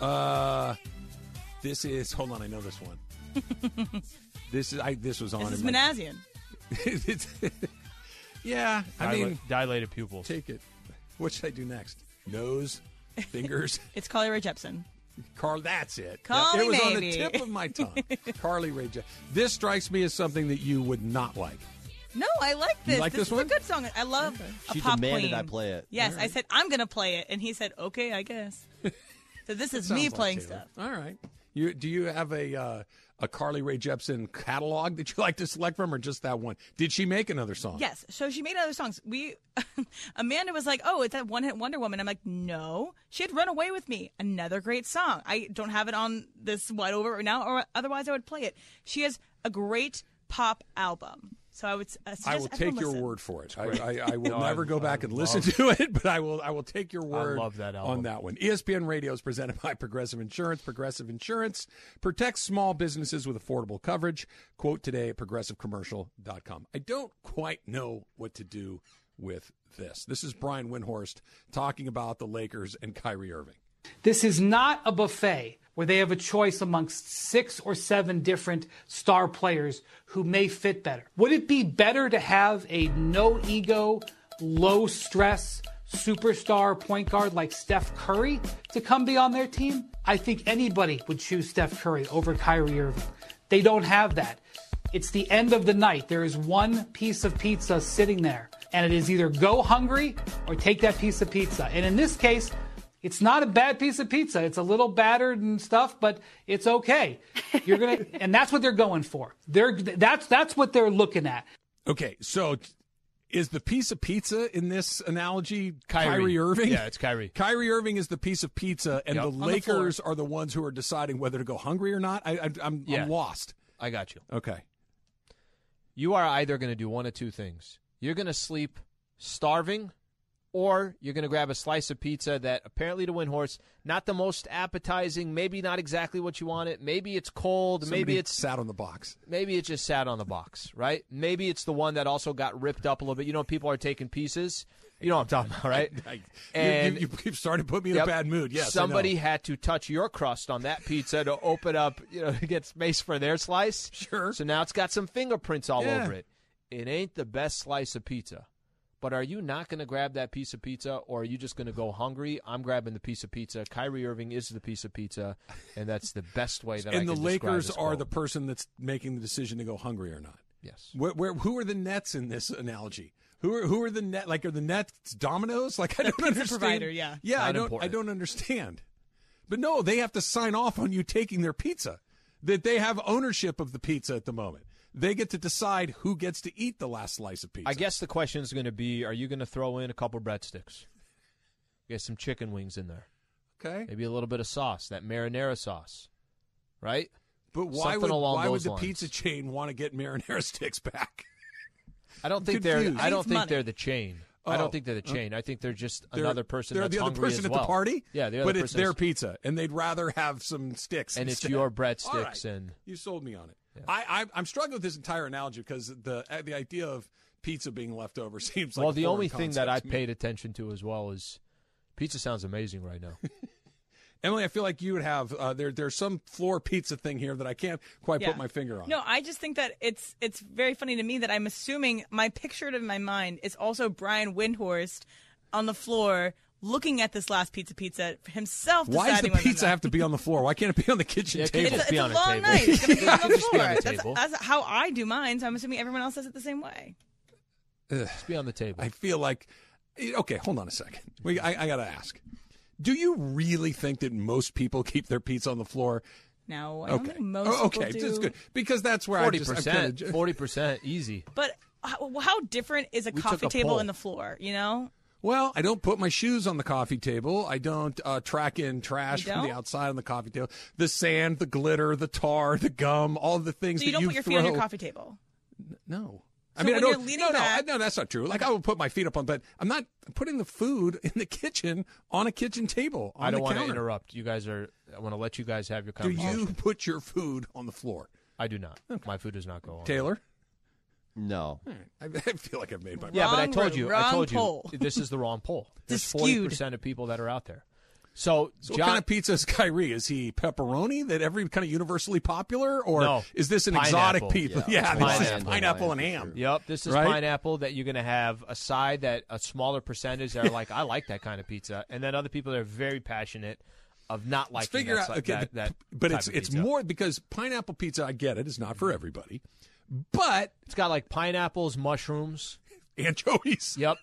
A: Uh, this is. Hold on, I know this one. this is. I this was on.
C: This is
A: in my-
C: Manassian.
A: It's- yeah, I
B: Dila-
A: mean,
B: dilated pupils.
A: Take it. What should I do next? Nose, fingers,
C: It's Carly Rae Jepsen.
A: Carl. That's it.
C: Call
A: Yeah,
C: me
A: it was
C: maybe.
A: on the tip of my tongue. Carly Rae Jepsen. This strikes me as something that you would not like.
C: No, I like
A: You
C: this.
A: like
C: this,
A: this
C: is
A: one?
C: a good song. I love a
A: She
C: pop
A: demanded
C: queen.
A: I play it.
C: Yes,
A: All
C: I
A: right.
C: said I'm gonna play it, and he said, "Okay, I guess." So this is
A: Sounds
C: me
A: like
C: playing
A: Taylor.
C: stuff.
A: All right. You do you have a uh, a Carly Rae Jepsen catalog that you like to select from, or just that one? Did she make another song?
C: Yes. So she made other songs. We Amanda was like, "Oh, it's that one hit Wonder Woman." I'm like, "No, she had Run Away with Me, another great song. I don't have it on this wide over right now, or otherwise I would play it." She has a great pop album, so I would. s- Uh,
A: I
C: suggest
A: will take
C: everyone
A: your
C: listen.
A: word for it.
B: great.
A: I, I, I will
B: No, I-
A: never go
B: I
A: back and listen
B: love-
A: to it, but I will. I will take your word.
B: love that album.
A: on that one. E ESPN Radio is presented by Progressive Insurance. Progressive Insurance protects small businesses with affordable coverage. Quote today at progressivecommercial.com. I don't quite know what to do with this. This is Brian Windhorst talking about the Lakers and Kyrie Irving.
K: This is not a buffet where they have a choice amongst six or seven different star players who may fit better. Would it be better to have a no ego, low stress superstar point guard like Steph Curry to come be on their team? I think anybody would choose Steph Curry over Kyrie Irving. They don't have that. It's the end of the night. There is one piece of pizza sitting there, and it is either go hungry or take that piece of pizza. And in this case, it's not a bad piece of pizza. It's a little battered and stuff, but it's okay. You're gonna, and that's what they're going for. They're that's that's what they're looking at.
A: Okay, so t- is the piece of pizza in this analogy Kyrie,
B: Kyrie.
A: Irving?
B: Yeah, it's Kyrie.
A: Kyrie Irving is the piece of pizza, and
B: Yep.
A: the
B: On the
A: Lakers are the ones who are deciding whether to go hungry or not. I, I, I'm,
B: Yeah.
A: I'm lost.
B: I got you.
A: Okay.
B: You are either going to do one of two things. You're going to sleep starving, or you're going to grab a slice of pizza that apparently to Windhorse, not the most appetizing, maybe not exactly what you want it. Maybe it's cold.
A: Somebody
B: maybe it's
A: sat on the box.
B: Maybe it just sat on the box, right? Maybe it's the one that also got ripped up a little bit. You know, people are taking pieces. You know what I'm talking about, right?
A: You- you, you, have started to put me in
B: Yep.
A: a bad mood. Yes, I
B: somebody
A: know.
B: had to touch your crust on that pizza to open up, you know, to get space for their slice.
A: Sure.
B: So now it's got some fingerprints all
A: Yeah.
B: over it. It ain't the best slice of pizza. But are you not going to grab that piece of pizza, or are you just going to go hungry? I'm grabbing the piece of pizza. Kyrie Irving is the piece of pizza, and that's the best way that I
A: and the
B: can describe
A: Lakers
B: this
A: are
B: quote.
A: the person that's making the decision to go hungry or not.
B: Yes.
A: Where, where who are the Nets in this analogy? Who are who are the net like are the Nets dominoes? Like I don't understand.
C: provider, yeah.
A: Yeah, I
B: Not
A: don't
B: important.
A: I don't understand. But no, they have to sign off on you taking their pizza. That they have ownership of the pizza at the moment. They get to decide who gets to eat the last slice of pizza.
B: I guess the question is going to be: Are you going to throw in a couple breadsticks? Get some chicken wings in there.
A: Okay.
B: Maybe a little bit of sauce, that marinara sauce, right?
A: But why
B: Something
A: would
B: along
A: why would
B: those
A: the
B: lines.
A: pizza chain want to get marinara sticks back?
B: I don't
A: I'm
B: think they're.
A: confused.
B: I don't
A: Needs
B: think
A: money.
B: they're the chain. I
A: Oh.
B: don't think they're the chain. I think they're just
A: They're-
B: another person.
A: They're
B: that's
A: the other
B: hungry
A: person
B: as
A: at
B: well.
A: the party.
B: Yeah, the other
A: but it's
B: person
A: their
B: is-
A: pizza, and they'd rather have some sticks.
B: And it's
A: instead.
B: your breadsticks
A: All right.
B: and-
A: you sold me on it. I, I I'm struggling with this entire analogy because the uh, the idea of pizza being left over seems like
B: well,
A: a
B: the
A: foreign
B: only thing that I
A: concept to me.
B: paid attention to as well is pizza sounds amazing right now.
A: Emily, I feel like you would have uh, there. There's some floor pizza thing here that I can't quite
C: Yeah.
A: put my finger on.
C: No, I just think that it's it's very funny to me that I'm assuming my picture in my mind is also Brian Windhorst on the floor looking at this last pizza pizza himself.
A: Why does the
C: deciding whether or
A: pizza have to be on the floor? Why can't it be on the kitchen
B: Yeah, it
A: table?
B: can't just It's a- be
C: not- long night. It's gonna be on the floor.
A: on the
C: That's,
A: table.
C: that's how I do mine. So I'm assuming everyone else does it the same way.
B: Just be on the table.
A: I feel like eh, okay. Hold on a second. We, I, I got to ask. Do you really think that most people keep their pizza on the floor?
C: No, I don't
A: Okay.
C: think most
A: Oh, okay,
C: people do.
A: that's good because that's where
B: Forty
A: I just I'm
B: percent,
A: kinda-
B: forty percent, easy.
C: But how, how different is a
A: We took
C: coffee
A: a
C: table
A: poll.
C: and the floor? You know,
A: Well, I don't put my shoes on the coffee table. I don't uh, track in trash
C: You
A: from the
C: don't?
A: outside on the coffee table. The sand, the glitter, the tar, the gum, all the things
C: so you
A: that
C: don't
A: you
C: put your
A: throw.
C: feet on your coffee table.
A: No. I
C: So
A: mean, I
C: when
A: don't.
C: you're leaning
A: no, no, I-
C: back-
A: no, that's not true. Like I will put my feet up on, but I'm not putting the food in the kitchen on a kitchen table. On
B: I don't
A: the
B: want to
A: counter.
B: interrupt. You guys are. I want to let you guys have your
A: Do
B: conversation.
A: you put your food on the floor,
B: I do not. My food does not go on.
A: Taylor?
L: No.
A: All right. I, I feel like I've made my.
B: Yeah, but I
A: Wrong
B: told
A: room,
B: you. I
A: wrong
B: told you.
A: poll.
B: This is the wrong poll. There's forty
A: skewed.
B: percent of people that are out there. So,
A: So
B: John,
A: what kind of pizza is Kyrie? Is he pepperoni that every kind of universally popular, or
B: No.
A: is this an exotic
B: Pineapple.
A: pizza? Yeah,
B: Yeah,
A: this is
B: pineapple.
A: pineapple, and ham.
B: Yep, this is
A: Right?
B: pineapple that you're going to have a side that a smaller percentage that are like, I like that kind of pizza, and then other people that are very passionate of not
A: Let's
B: liking
A: figure
B: that,
A: out.
B: si-
A: okay,
B: that, that
A: but
B: type
A: it's
B: of
A: it's
B: pizza.
A: more because pineapple pizza. I get it. It's not for everybody, but
B: it's got like pineapples, mushrooms,
A: anchovies.
B: Yep,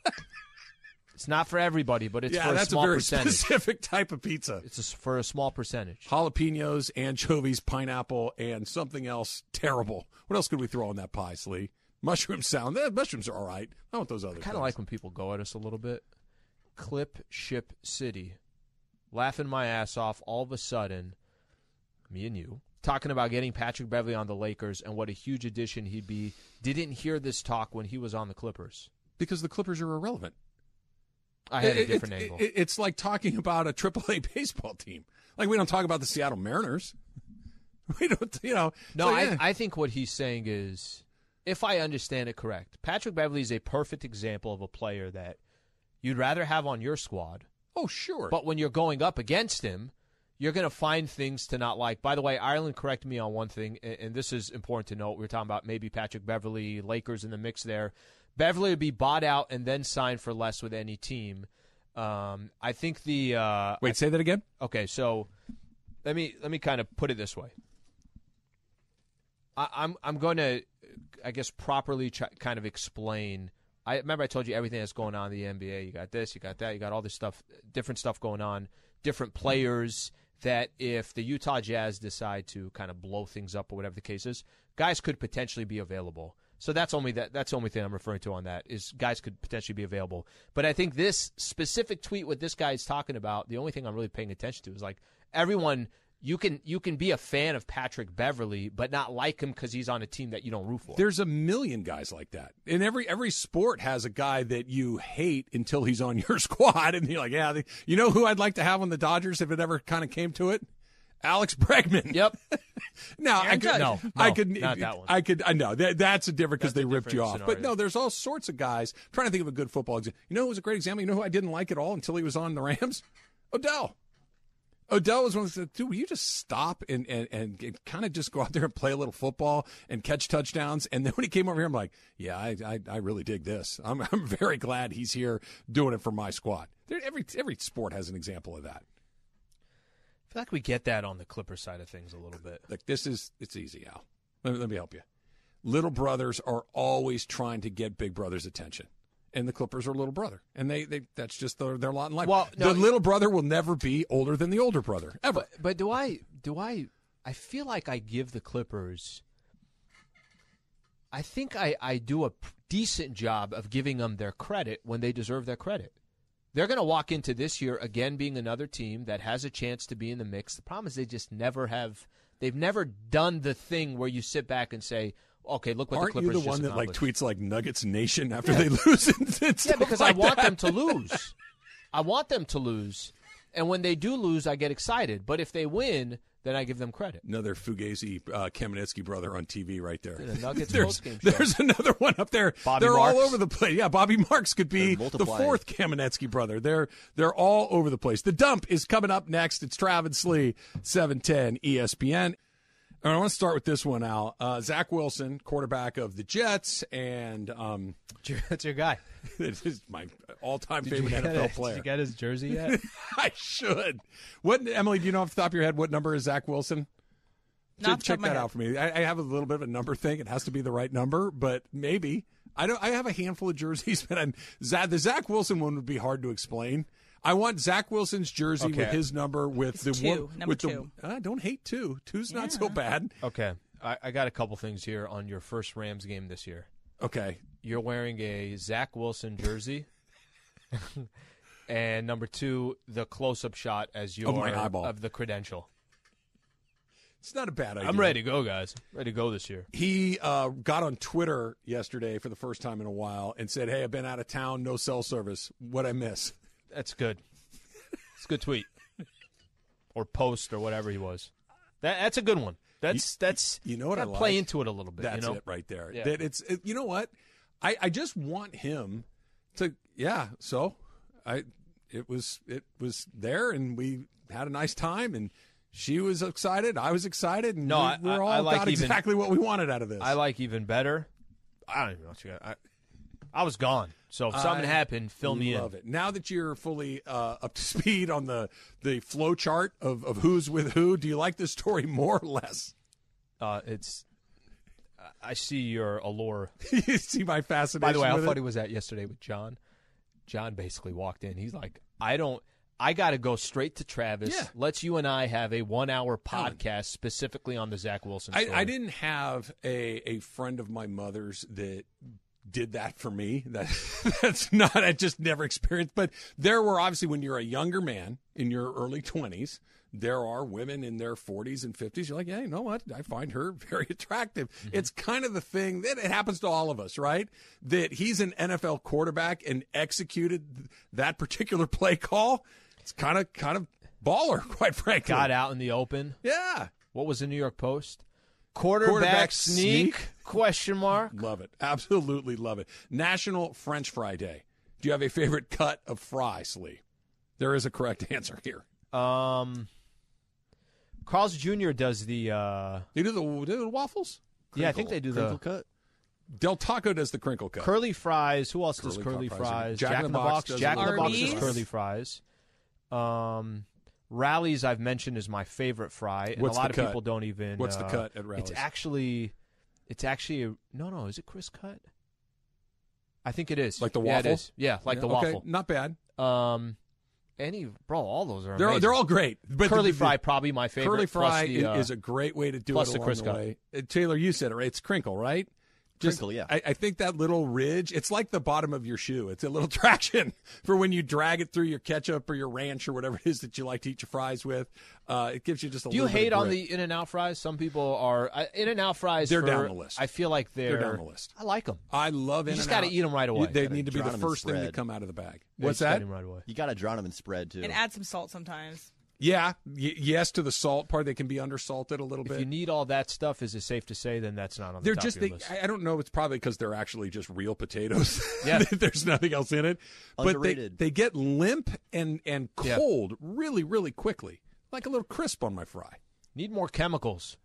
B: it's not for everybody, but it's
A: yeah,
B: for a
A: that's
B: small
A: a very
B: percentage.
A: specific type of pizza.
B: It's a, for a small percentage.
A: Jalapenos, anchovies, pineapple, and something else terrible. What else could we throw on that pie, Slee? Mushroom sound. Eh, mushrooms are all right. I want those other.
B: kind of like when people go at us a little bit. Clip Ship City, laughing my ass off. All of a sudden, me and you talking about getting Patrick Beverly on the Lakers and what a huge addition he'd be. Didn't hear this talk when he was on the Clippers.
A: because the Clippers are irrelevant.
B: I had
A: It-
B: a different
A: it-
B: angle.
A: it- it's like talking about a AAA baseball team. Like we don't talk about the Seattle Mariners. We don't, you know.
B: no,
A: so, yeah.
B: I, I think what he's saying is, if I understand it correct, Patrick Beverly is a perfect example of a player that you'd rather have on your squad
A: oh sure,
B: But when you're going up against him, you're going to find things to not like. By the way, Ireland correct me on one thing, a- and this is important to note. We were talking about maybe Patrick Beverly, Lakers in the mix there. Beverly would be bought out and then signed for less with any team. Um, I think the uh,
A: wait, say that again.
B: Okay, so let me let me kind of put it this way. I, I'm I'm going to, I guess, properly try, kind of explain. I remember I told you everything that's going on in the NBA. You got this, you got that, you got all this stuff, different stuff going on, different players. That if the Utah Jazz decide to kind of blow things up or whatever the case is, guys could potentially be available. So that's only that that's the only thing I'm referring to on that is guys could potentially be available. But I think this specific tweet what this guy is talking about, the only thing I'm really paying attention to is like everyone you can you can be a fan of Patrick Beverly but not like him cuz he's on a team that you don't root for.
A: There's a million guys like that, and every every sport has a guy that you hate until he's on your squad, and you're like, yeah, they, you know who I'd like to have on the Dodgers if it ever kind of came to it. Alex Bregman.
B: Yep.
A: now I
B: Aaron
A: could,
B: Judge. No,
A: I
B: no,
A: could,
B: not that one.
A: I could, I know that that's a different because they ripped you off.
B: different
A: But no, there's all sorts of guys. I'm trying to think of a good football example. You know who was a great example? You know who I didn't like at all until he was on the Rams? Odell. Odell was one of the dude. Will you just stop and and, and kind of just go out there and play a little football and catch touchdowns? And then when he came over here, I'm like, yeah, I I, I really dig this. I'm I'm very glad he's here doing it for my squad. There, every every sport has an example of that.
B: I feel like we get that on the Clipper side of things a little bit.
A: Like this is it's easy, Al. Let me, let me help you. Little brothers are always trying to get big brother's attention, and the Clippers are little brother, and they, they that's just their, their lot in life.
B: Well, no,
A: the little brother will never be older than the older brother ever.
B: But, but do I do I I feel like I give the Clippers I think I, I do a p- decent job of giving them their credit when they deserve their credit. They're going to walk into this year again being another team that has a chance to be in the mix. The problem is they just never have they've never done the thing where you sit back and say, okay, look what
A: Aren't
B: the Clippers
A: you the
B: just
A: one that like
B: accomplished.
A: tweets like Nuggets Nation after they lose? And, and
B: yeah,
A: stuff
B: because
A: like
B: I want
A: that?
B: them to lose. I want them to lose, and when they do lose, I get excited. But if they win, then I give them credit.
A: Another Fugazi uh, Kamenetsky brother on TV right there.
B: The Nuggets
A: there's,
B: postgame show.
A: there's another one up there.
B: Bobby
A: they're all
B: Marks.
A: over the place. Yeah, Bobby Marks could be
B: They're
A: the fourth Kamenetsky brother. They're they're all over the place. The dump is coming up next. It's Travis Lee, seven ten E ESPN. And I want to start with this one, Al. Uh, Zach Wilson, quarterback of the Jets, and um,
B: that's your guy.
A: this is my all-time
B: Did you get
A: favorite NFL
B: it?
A: player.
B: Did you get his jersey yet?
A: I should. What Emily? Do you know off the top of your head what number is Zach Wilson?
C: Not off the top
A: check
C: of my
A: that
C: head.
A: out for me. I, I have a little bit of a number thing. It has to be the right number, but maybe I don't. I have a handful of jerseys, but I'm Zach, the Zach Wilson one would be hard to explain. I want Zach Wilson's jersey with
B: Okay.
A: his number with the
C: two,
A: one-
C: number
A: with
C: two.
A: The, Uh, I don't hate two. Two's not so bad.
B: Okay, I, I got a couple things here on your first Rams game this year.
A: Okay,
B: You're wearing a Zach Wilson jersey, and number two, the close-up shot as your
A: Of my eyeball.
B: of the credential.
A: it's not a bad idea.
B: I'm ready to go, guys. Ready to go this year.
A: He uh, got on Twitter yesterday for the first time in a while and said, "Hey, I've been out of town, no cell service. What I miss."
B: That's good. It's a good tweet or post or whatever he was. That that's a good one. That's that's
A: You know what I
B: gotta play
A: like?
B: into it a little bit.
A: That's
B: you know?
A: it right there.
B: Yeah.
A: That it's it- you know what? I I just want him to yeah. So I it was it was there and we had a nice time and she was excited. I was excited and
B: No,
A: we,
B: I-
A: we're all
B: I- I like
A: got
B: even-
A: exactly what we wanted out of this.
B: I like even better. I don't even know what you got. I, I was gone, so if something
A: I
B: happened, fill me in.
A: love it. Now that you're fully uh, up to speed on the the flow chart of of who's with who, do you like this story more or less?
B: Uh, it's. I- I see your allure.
A: you see my fascination.
B: By the way, how
A: with
B: funny
A: it?
B: was that yesterday with John? John basically walked in. He's like, I don't. I got to go straight to Travis.
A: Yeah.
B: Let's you and I have a one-hour podcast specifically on the Zach Wilson.
A: I,
B: story.
A: I didn't have a, a friend of my mother's that did that for me. That that's not I just never experienced. But there were obviously when you're a younger man in your early twenties, there are women in their forties and fifties. You're like, yeah, you know what? I find her very attractive. It's kind of the thing that it happens to all of us, right? That he's an NFL quarterback and executed that particular play call. It's kind of kind of baller, quite frankly.
B: got out in the open.
A: Yeah.
B: What was the New York Post? Quarterback, sneak, Question mark.
A: Love it. Absolutely love it. National French Fry Day. Do you have a favorite cut of fries, Lee? There is a correct answer here.
B: Um, Carl's Jr. does the. Uh,
A: They do the, do the waffles.
B: yeah, I think they do the
A: cut. Del Taco does the crinkle cut.
B: curly fries. Who else does curly
A: Curly fries.
B: fries?
A: Jack in the Box does
B: Jack in the Box
C: Arby's.
B: does curly fries. Um, rallies I've mentioned is my favorite fry, and
A: What's
B: a lot
A: the
B: of
A: cut?
B: people don't even.
A: What's the
B: uh,
A: cut at Rallies?
B: It's actually, it's actually a, no, no. Is it Chris cut? I think it is.
A: like the
B: Yeah, it
A: waffle.
B: is. Yeah, like the
A: okay,
B: waffle.
A: Not bad.
B: Um, any bro, all those are
A: They're
B: amazing.
A: they're all great. But
B: curly
A: the- the-
B: fry probably my favorite.
A: Curly
B: plus
A: fry
B: the,
A: i-
B: uh,
A: is a great way to do
B: plus
A: it
B: the
A: along
B: Crisco.
A: the way. Uh, Taylor, you said it right. It's crinkle, right? Just,
L: Crinkle, yeah.
A: I, I think that little ridge, it's like the bottom of your shoe. It's a little traction for when you drag it through your ketchup or your ranch or whatever it is that you like to eat your fries with. Uh, it gives you just a
B: Do you
A: little bit
B: hate
A: of
B: on
A: grip.
B: the In and Out fries? Some people are uh, In and Out fries.
A: They're
B: for-
A: down the list.
B: I feel like they're,
A: They're down the list.
B: I like them.
A: I love
B: You
A: in
B: just gotta eat 'em right away.
A: They
B: Gotta
A: need to be
L: drown
A: the
L: 'em in
A: first thing to
L: spread.
A: come out of the bag.
B: Yeah,
A: What's
B: you just
A: that?
B: gotta eat 'em right away.
L: You got to drown them in spread too.
C: And add some salt sometimes.
A: Yeah. Y- yes to the salt part. They can be undersalted a little
B: If
A: bit.
B: you need all that stuff, is it safe to say then that's not on the
A: they're
B: top
A: just
B: of your
A: they,
B: list?
A: I I don't know. It's probably because they're actually just real potatoes.
B: Yeah.
A: there's nothing else in it. But they,
L: Underrated.
A: they get limp and and
B: Yeah.
A: cold really really quickly, like a little crisp on my fry.
B: Need more chemicals.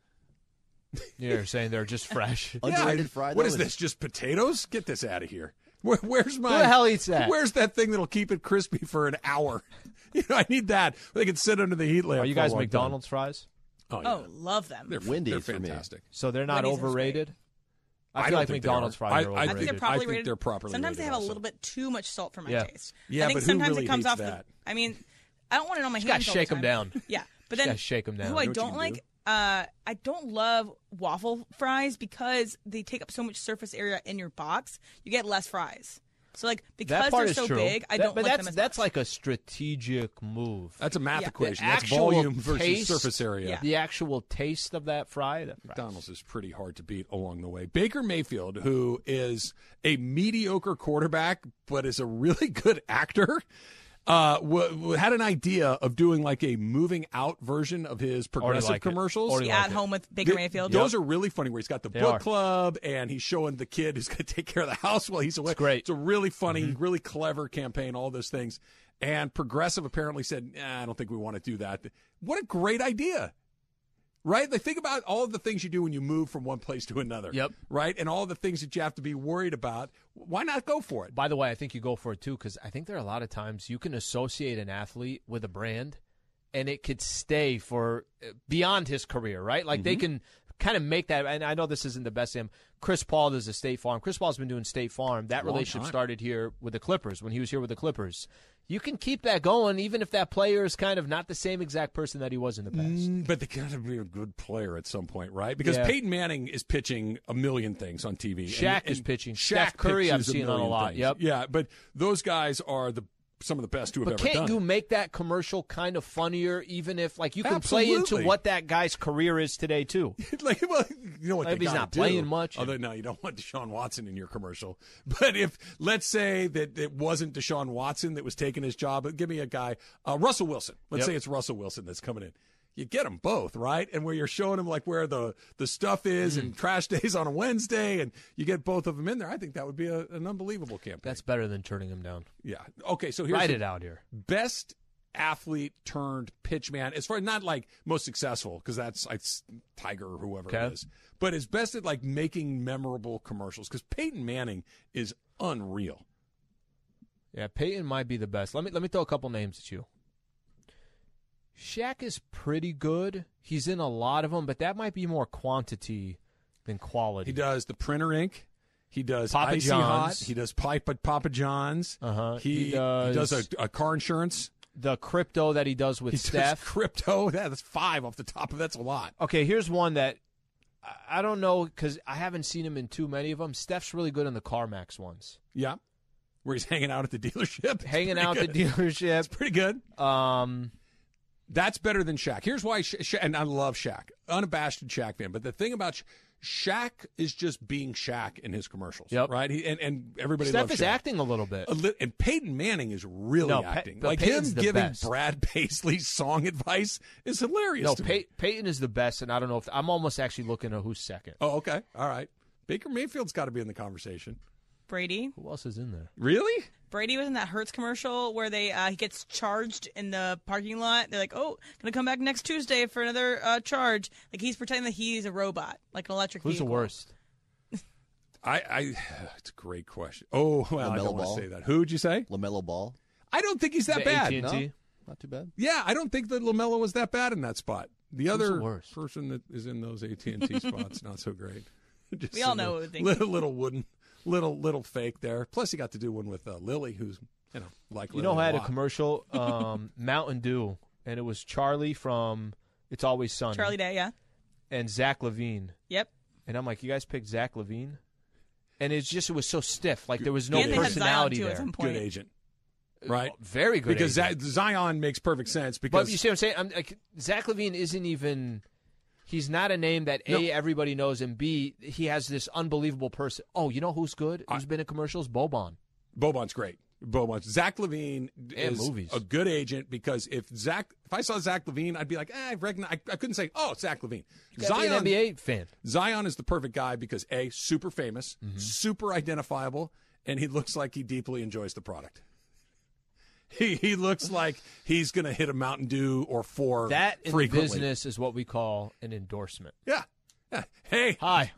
B: You're saying they're just fresh.
L: Underrated
A: yeah,
L: fry,
A: What
L: though,
A: is
L: is-
A: this? Just potatoes? Get this out of here. Where, where's my?
B: Who the hell eats that?
A: Where's that thing that'll keep it crispy for an hour? You know, I need that. They can sit under the heat lamp.
B: Are you
A: for a
B: guys
A: long time.
B: McDonald's fries?
A: Oh, yeah.
C: Oh, love them.
A: they're f-
L: Wendy's
A: They're
L: for me.
A: fantastic.
B: So they're not
C: Wendy's is great.
B: overrated. I
A: I
B: feel
A: don't
B: like
A: think they
B: McDonald's
A: are.
B: fries are
A: I- I
B: overrated.
C: I think they're
A: I
C: probably
A: think
C: rated.
A: they're properly
C: Sometimes they
A: rated
C: have a
A: also.
C: little bit too much salt for my
B: Yeah.
C: taste.
A: Yeah,
C: I think
A: but who
C: sometimes
A: really
C: it comes
A: hates
C: off
A: that?
C: the. I mean, I don't want it on my
B: Just gotta
C: hands. all the
B: shake 'em
C: time.
B: down.
C: Yeah, but
B: Just
C: then
B: gotta shake 'em down.
C: Who
B: You
C: I
A: know what you
C: don't
A: can
C: like. Uh, I don't love waffle fries because they take up so much surface area in your box. You get less fries. So like because
B: that part
C: they're
B: is
C: so
B: true.
C: big, I
B: That-
C: don't
B: but
C: like
B: that's
C: them as
B: that's like a strategic move.
A: That's a math
C: Yeah.
A: equation.
B: The
A: That's
B: actual
A: volume versus
B: taste-
A: surface area.
B: The actual taste of that fry. That fry.
A: McDonald's is pretty hard to beat along the way. Baker Mayfield, who is a mediocre quarterback but is a really good actor, uh, w- w- had an idea of doing like a moving out version of his progressive
B: like it.
A: commercials.
B: Already
C: Yeah, like at it. home with Baker
A: Th-
C: Mayfield.
A: Those
C: Yep.
A: are really funny. Where he's got the
C: They
A: book
C: are.
A: club and he's showing the kid who's going to take care of the house while he's away. It's great. It's a really funny, really clever campaign. All those things. And Progressive apparently said, nah, "I don't think we want to do that." What a great idea! right? They think about all of the things you do when you move from one place to another.
B: Yep.
A: Right? And all the things that you have to be worried about. Why not go for it?
B: By the way, I think you go for it too because I think there are a lot of times you can associate an athlete with a brand, and it could stay for uh, beyond his career, right? Like they
L: Mhm.
B: can kind of make that. And I know this isn't the best. Him, Chris Paul does a State Farm. Chris Paul's been doing State Farm. That
L: Long
B: relationship
L: time.
B: started here with the Clippers when he was here with the Clippers. You can keep that going even if that player is kind of not the same exact person that he was in the past.
A: Mm, but they got to be a good player at some point, right? Because
B: Yeah.
A: Peyton Manning is pitching a million things on TV. and-
B: Shaq is
A: and
B: pitching.
A: Shaq
B: Steph Curry I've
A: pitches
B: seen on a
A: million
B: lot.
A: things.
B: Yep.
A: Yeah, but those guys are the some of the best who have
B: But
A: ever
B: can't
A: done.
B: you
A: it.
B: make that commercial kind of funnier, even if like you can play into
A: Absolutely.
B: what that guy's career is today too?
A: like, well, you know what?
B: Maybe
A: they
B: he's
A: gotta
B: not
A: do.
B: playing much.
A: Although, no, you don't want Deshaun Watson in your commercial. But if let's say that it wasn't Deshaun Watson that was taking his job, but give me a guy, uh, Russell Wilson. Let's
B: Yep.
A: say it's Russell Wilson that's coming in. You get them both right, and where you're showing them like where the the stuff
B: Mm.
A: is, and trash days on a Wednesday, and you get both of them in there. I think that would be a, an unbelievable campaign.
B: That's better than turning him down.
A: Yeah. Okay. So here's
B: Write
A: the
B: it out here.
A: Best athlete turned pitchman, as far not like most successful because that's it's Tiger or whoever it
B: Okay.
A: is, but as best at like making memorable commercials because Peyton Manning is unreal.
B: Yeah, Peyton might be the best. Let me let me throw a couple names at you. Shaq is pretty good. He's in a lot of them, but that might be more quantity than quality.
A: He does the printer ink. He does
B: Papa
A: Icy
B: John's.
A: Hot. He does Papa Papa John's.
B: Uh-huh.
A: He,
B: He does-
A: a, a car insurance.
B: The crypto that he does with
A: He
B: Steph.
A: does crypto. Yeah, that's five off the top of that's a lot.
B: Okay, here's one that I- I don't know because I haven't seen him in too many of them. Steph's really good in the CarMax ones.
A: Yeah, where he's hanging out at the dealership.
B: Hanging out at the
A: dealership. It's pretty good.
B: Um,
A: that's better than Shaq. Here's why, Sha Sha- and I love Shaq, unabashed Shaq fan. But the thing about Sha- Shaq is just being Shaq in his commercials,
B: Yep.
A: right? He, and and everybody
B: Steph
A: loves
B: is
A: Shaq.
B: acting a little bit.
A: A li- and Peyton Manning is really
B: No, Pe-
A: acting.
B: but
A: like
B: Peyton's
A: him
B: the
A: giving
B: best.
A: Brad Paisley song advice is hilarious.
B: No,
A: to me.
B: Pey- Peyton is the best, and I don't know if I'm almost actually looking at who's second.
A: Oh, okay, all right. Baker Mayfield's got to be in the conversation.
C: Brady.
B: Who else is in there?
A: Really?
C: Brady was in that Hertz commercial where they uh, he gets charged in the parking lot. They're like, "Oh, gonna come back next Tuesday for another uh, charge." Like he's pretending that he's a robot, like an electric.
B: Who's
C: vehicle.
B: the worst?
A: I, I, it's a great question. Oh, well, I don't
M: LaMelo
A: want
M: Ball.
A: to say that. Who'd you say?
M: Lamelo Ball.
A: I don't think he's that
M: The
A: bad.
M: AT&T? No, not too bad.
A: Yeah, I don't think that Lamelo was that bad in that spot. The
M: Who's
A: other
M: the worst?
A: person that is in those AT and T spots not so great. Just
C: We all
A: a
C: know
A: little,
C: who they-
A: little, little wooden, little little fake there. Plus, he got to do one with uh, Lily, who's you know like
B: You
A: Lily
B: know, who
A: a
B: had a
A: lot.
B: commercial, um, Mountain Dew, and it was Charlie from It's Always Sunny.
C: Charlie Day, yeah.
B: and Zach Levine.
C: Yep.
B: And I'm like, you guys picked Zach Levine, and it's just it was so stiff. Like there was no
A: And they had Zion,
B: personality
C: too, at
B: there.
C: some point. Good
A: agent. right?
B: Oh, Very good
A: because
B: agent.
A: Zi- Zion makes perfect sense. Because
B: But you see what I'm saying? I'm, like, Zach Levine isn't even. He's not a name that a
A: No.
B: everybody knows, and b he has this unbelievable person. Oh, you know who's good? Who's been in commercials? Boban.
A: Boban's great. Boban's Zach Levine
B: And
A: is
B: movies.
A: a good agent because if Zach, if I saw Zach Levine, I'd be like, eh, I recognize. I, I couldn't say, oh, it's Zach Levine.
B: You gotta be an NBA fan.
A: Zion is the perfect guy because a super famous,
B: Mm-hmm.
A: super identifiable, and he looks like he deeply enjoys the product. He he looks like he's gonna hit a Mountain Dew or four
B: That in
A: frequently.
B: business is what we call an endorsement.
A: Yeah. Hey.
B: Hi.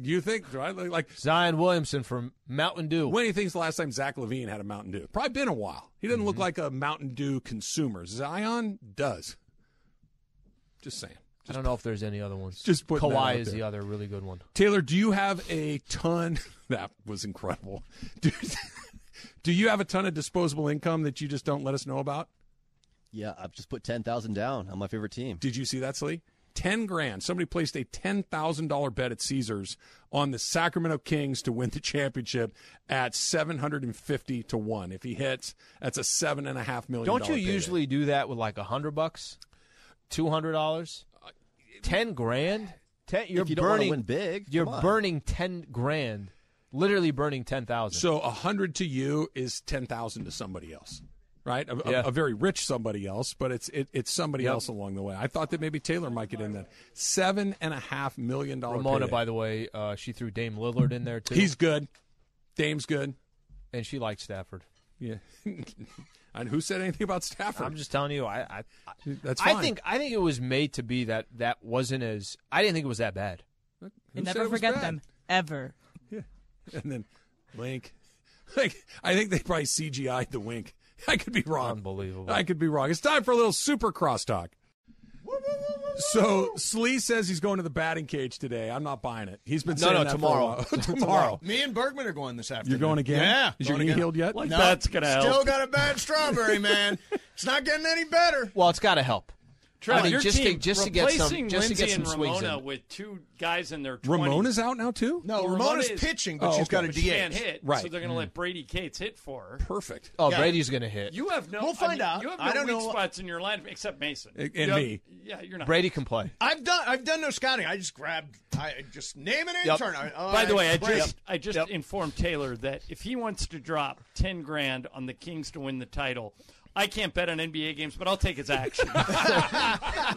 A: You think do I look like
B: Zion Williamson from Mountain Dew?
A: When do you think's the last time Zach Levine had a Mountain Dew? Probably been a while. He doesn't
B: Mm-hmm.
A: look like a Mountain Dew consumer. Zion does. Just saying.
B: I don't know if there's any other ones.
A: Just putting that out
B: Kawhi is
A: there.
B: the other really good one.
A: Taylor, do you have a ton? That was incredible. Do, do you have a ton of disposable income that you just don't let us know about?
M: Yeah, I've just put ten thousand down on my favorite team.
A: Did you see that, Slee? 10 grand. Somebody placed a $10,000 bet at Caesars on the Sacramento Kings to win the championship at 750 to 1. If he hits, that's a $7.5 million.
B: Don't you
A: payday.
B: usually do that with like a hundred bucks, two hundred dollars, ten grand? Ten, you're
L: If you don't wanna
B: burning
L: win big,
B: You're
L: come on.
B: burning ten grand, literally burning ten thousand.
A: So a hundred to you is ten thousand to somebody else, right? A, a-
B: Yeah.
A: a very rich somebody else, but it's it, it's somebody
B: Yep.
A: else along the way. I thought that maybe Taylor might get in that seven and a half million dollar.
B: Ramona,
A: payday.
B: by the way, uh, she threw Dame Lillard in there too.
A: He's good. Dame's good,
B: and she likes Stafford.
A: Yeah. and who said anything about Stafford?
B: I'm just telling you, I, I
A: That's
B: I
A: fine.
B: think I think it was made to be that that wasn't as I didn't think it was that bad.
C: And never forget them ever.
A: And then Link. Like I think they probably CGI'd the wink. I could be wrong. Unbelievable. I could be wrong. It's time for a little super crosstalk. So Slee says he's going to the batting cage today. I'm not buying it. He's been
L: No,
A: saying
L: no,
A: that for a
L: tomorrow.
A: while. tomorrow.
L: Tomorrow. Me and Bergman are going this afternoon.
A: going again?
L: Yeah.
A: Is your
L: going
A: knee
L: again.
A: healed yet? Like
L: No.
A: that's gonna help.
L: Still got a bad strawberry, man. it's not getting any better.
B: Well, it's got to help.
L: Trevor,
B: I mean,
L: your
B: just to
L: team
B: just to get some
M: Replacing
B: just to
M: Lindsay
B: get some
M: and
B: swings
M: Ramona
B: in.
M: with two guys in their 20s.
A: Ramona's out now too.
L: No,
M: Well,
L: Ramona's
M: Ramona is-
L: pitching,
A: Oh,
L: but she's got a
M: but She can't
L: DH.
M: hit,
L: Right.
M: So they're going to let Brady Cates hit for her.
A: Perfect.
B: Oh, Brady's gonna hit.
M: You have no.
L: We'll
M: I mean,
L: find out.
M: You have no
L: I don't
M: weak
L: know-
M: spots in your lineup except Mason
L: And- and Yep. me.
M: Yeah, you're not.
B: Brady can play.
L: I've done. I've done no scouting. I just grabbed. I I just name an intern. I, oh,
M: By the way, I
L: Brady.
M: just I just informed Taylor that if he wants to drop ten grand on the Kings to win the title, I can't bet on NBA games, but I'll take his action.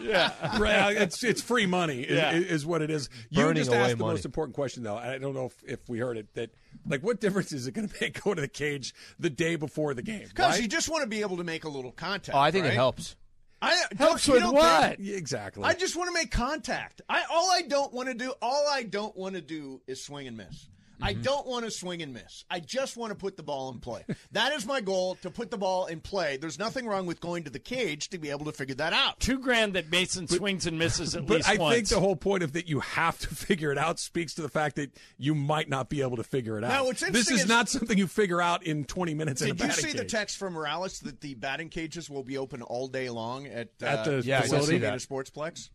M: yeah,
A: Right, it's it's free money is,
M: Yeah.
A: is what it is. You
M: Burning
A: just
M: away
A: asked the
M: money.
A: most important question though. and I don't know if, if we heard it that like what difference is it going to make going to the cage the day before the game?
L: because
A: right?
L: you just want to be able to make a little contact.
A: Oh, I think it
L: right?
A: helps.
L: I don't-
A: Helps
L: you
A: with
L: don't
A: what?
L: think-
A: Yeah, exactly.
L: I just want to make contact. I all I don't want to do. All I don't want to do is swing and miss. I don't want to swing and miss. I just want to put the ball in play. that is my goal to put the ball in play. There's nothing wrong with going to the cage to be able to figure that out.
M: Two grand that Mason swings and misses at
A: but
M: least
A: I
M: once.
A: think the whole point of that you have to figure it out speaks to the fact that you might not be able to figure it out.
L: Now, what's
A: this
L: interesting
A: is,
L: is-
A: not something you figure out in 20 minutes. in a
L: Did you
A: batting
L: see the
A: cage.
L: text from Morales that the batting cages will be open all day long at, uh,
A: At the
B: Yeah, I
L: West
B: see
L: Covina
B: that.
L: Sportsplex?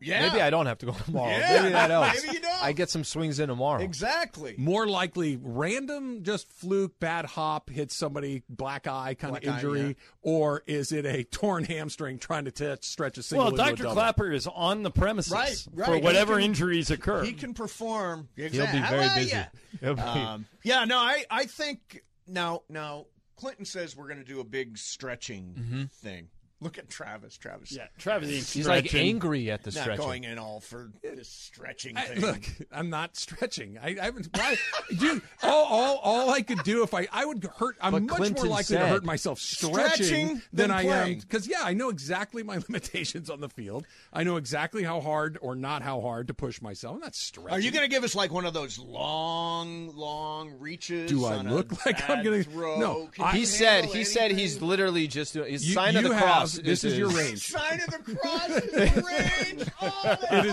L: Yeah.
B: Maybe I don't have to go tomorrow.
L: Yeah.
B: Maybe that helps.
L: Maybe you don't.
B: I get some swings in tomorrow.
L: Exactly.
A: More likely, random, just fluke, bad hop hits somebody, black eye kind
L: Black
A: of
L: eye,
A: injury,
L: yeah.
A: or is it a torn hamstring trying to t- stretch a single?
M: well,
A: into a
M: Dr.
A: double?
M: Clapper is on the premises
L: Right, right.
M: for
L: He
M: whatever
L: can-
M: injuries occur.
L: He can perform.
M: He'll be very
L: How are
M: busy.
L: ya?
M: He'll be-
L: Um, yeah, no, I, I think now now Clinton says we're going to do a big stretching
B: Mhm.
L: thing. Look at Travis. Travis.
M: Yeah, Travis ain't
B: He's like stretching. angry at the
L: Not
B: stretching.
L: going in all for this stretching
A: I-
L: thing.
A: look, I'm not stretching. I, I haven't. Why, dude, all, all, all I could do if I, I would hurt. I'm
L: But
A: much more
L: Clinton
A: likely to
L: said-
A: hurt myself stretching,
L: Stretching
A: than
L: than
A: I am
L: playing.
A: because yeah, I know exactly my limitations on the field. I know exactly how hard or not how hard to push myself. I'm not stretching.
L: Are you going to give us like one of those long, long reaches?
A: Do I
L: on a
A: look like I'm
L: bad
A: gonna-
L: throw?
A: No,
L: Can
A: I-
B: he
L: you
B: said.
L: handle
B: He said he's literally just doing his
A: You-
B: sign of
A: you
B: the
A: have-
B: cross.
A: this is your
B: his-
A: range.
L: Sign of the cross is the range. Oh,
A: it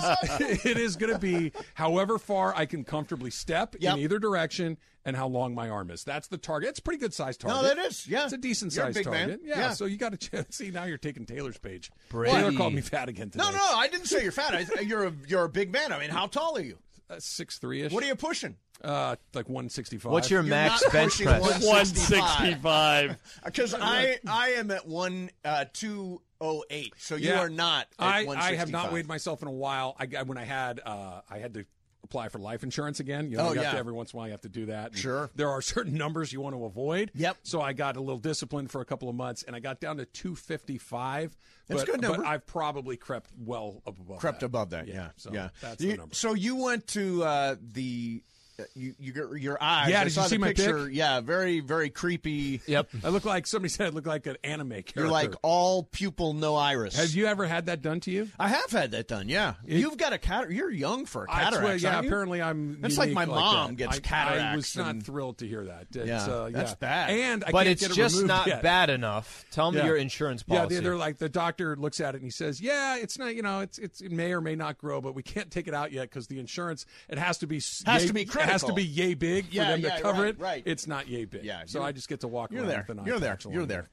A: is it is going to be however far I can comfortably step
L: Yep.
A: in either direction and how long my arm is. That's the target. It's a pretty good sized
L: No,
A: target.
L: that is, yeah.
A: it's a decent
L: You're a
A: sized
L: big man.
A: target. Yeah,
L: Yeah.
A: so you got a chance. See now you're taking Taylor's page.
L: Brady.
A: Taylor called me fat again today.
L: No, no, I didn't say you're fat. I, you're a you're a big man. I mean, how tall are you?
A: Uh, Six three ish.
L: What are you pushing?
A: Uh, like one sixty five.
B: What's your You're max
L: not bench pushing press?
M: 165.
L: Because I I am at one uh, two oh eight. So you
A: Yeah.
L: are not. At
A: I, I have not
L: 165.
A: weighed myself in a while. I, I- when I had uh, I had to apply for life insurance again. You know,
L: Oh,
A: you have
L: yeah.
A: to- every once in a while you have to do that. And
L: Sure.
A: There are certain numbers you want to avoid. Yep. So I got a little disciplined for a couple of months, and I got down to two fifty five.
L: That's a
A: but,
L: good number.
A: But I've probably crept well up above.
L: crept
A: that.
L: above that. Yeah, yeah.
A: So that's
L: You-
A: the number.
L: So you went to uh, the. uh, You, you got your eyes.
A: Yeah,
L: I
A: did you
L: saw the
A: see my pic?
L: picture. Yeah, very, very creepy.
B: Yep.
A: I look like somebody said I look like an anime character.
L: You're like all pupil, no iris.
A: Have you ever had that done to you?
L: I have had that done. Yeah, you've got a cat. You're young for a
A: I
L: cataract.
A: swear, yeah,
L: aren't you?
A: apparently I'm.
L: That's like
A: unique
L: my mom
A: that.
L: gets
A: I-
L: cataracts.
A: I was not
L: and-
A: thrilled to hear that. It's,
L: Yeah,
A: uh,
L: that's
A: yeah.
L: bad.
A: And I
B: but
A: can't
B: it's
A: get it
B: just
A: removed
B: not
A: yet.
B: bad enough. Tell me
A: Yeah.
B: your insurance
A: Yeah,
B: policy.
A: they- they're like the doctor looks at it and he says, "Yeah, it's not. You know, it's it's it may or may not grow, but we can't take it out yet because the insurance it has to be s-
L: Has
A: yay-
L: to be
A: it has to
L: critical.
A: be yay big for
L: Yeah,
A: them
L: yeah,
A: to cover
L: right,
A: it.
L: right.
A: It's not yay big.
L: Yeah,
A: so
L: you're-
A: I just get to walk
L: you're
A: around
L: there.
A: with an eye
L: You're there.
A: patch along
L: You're there.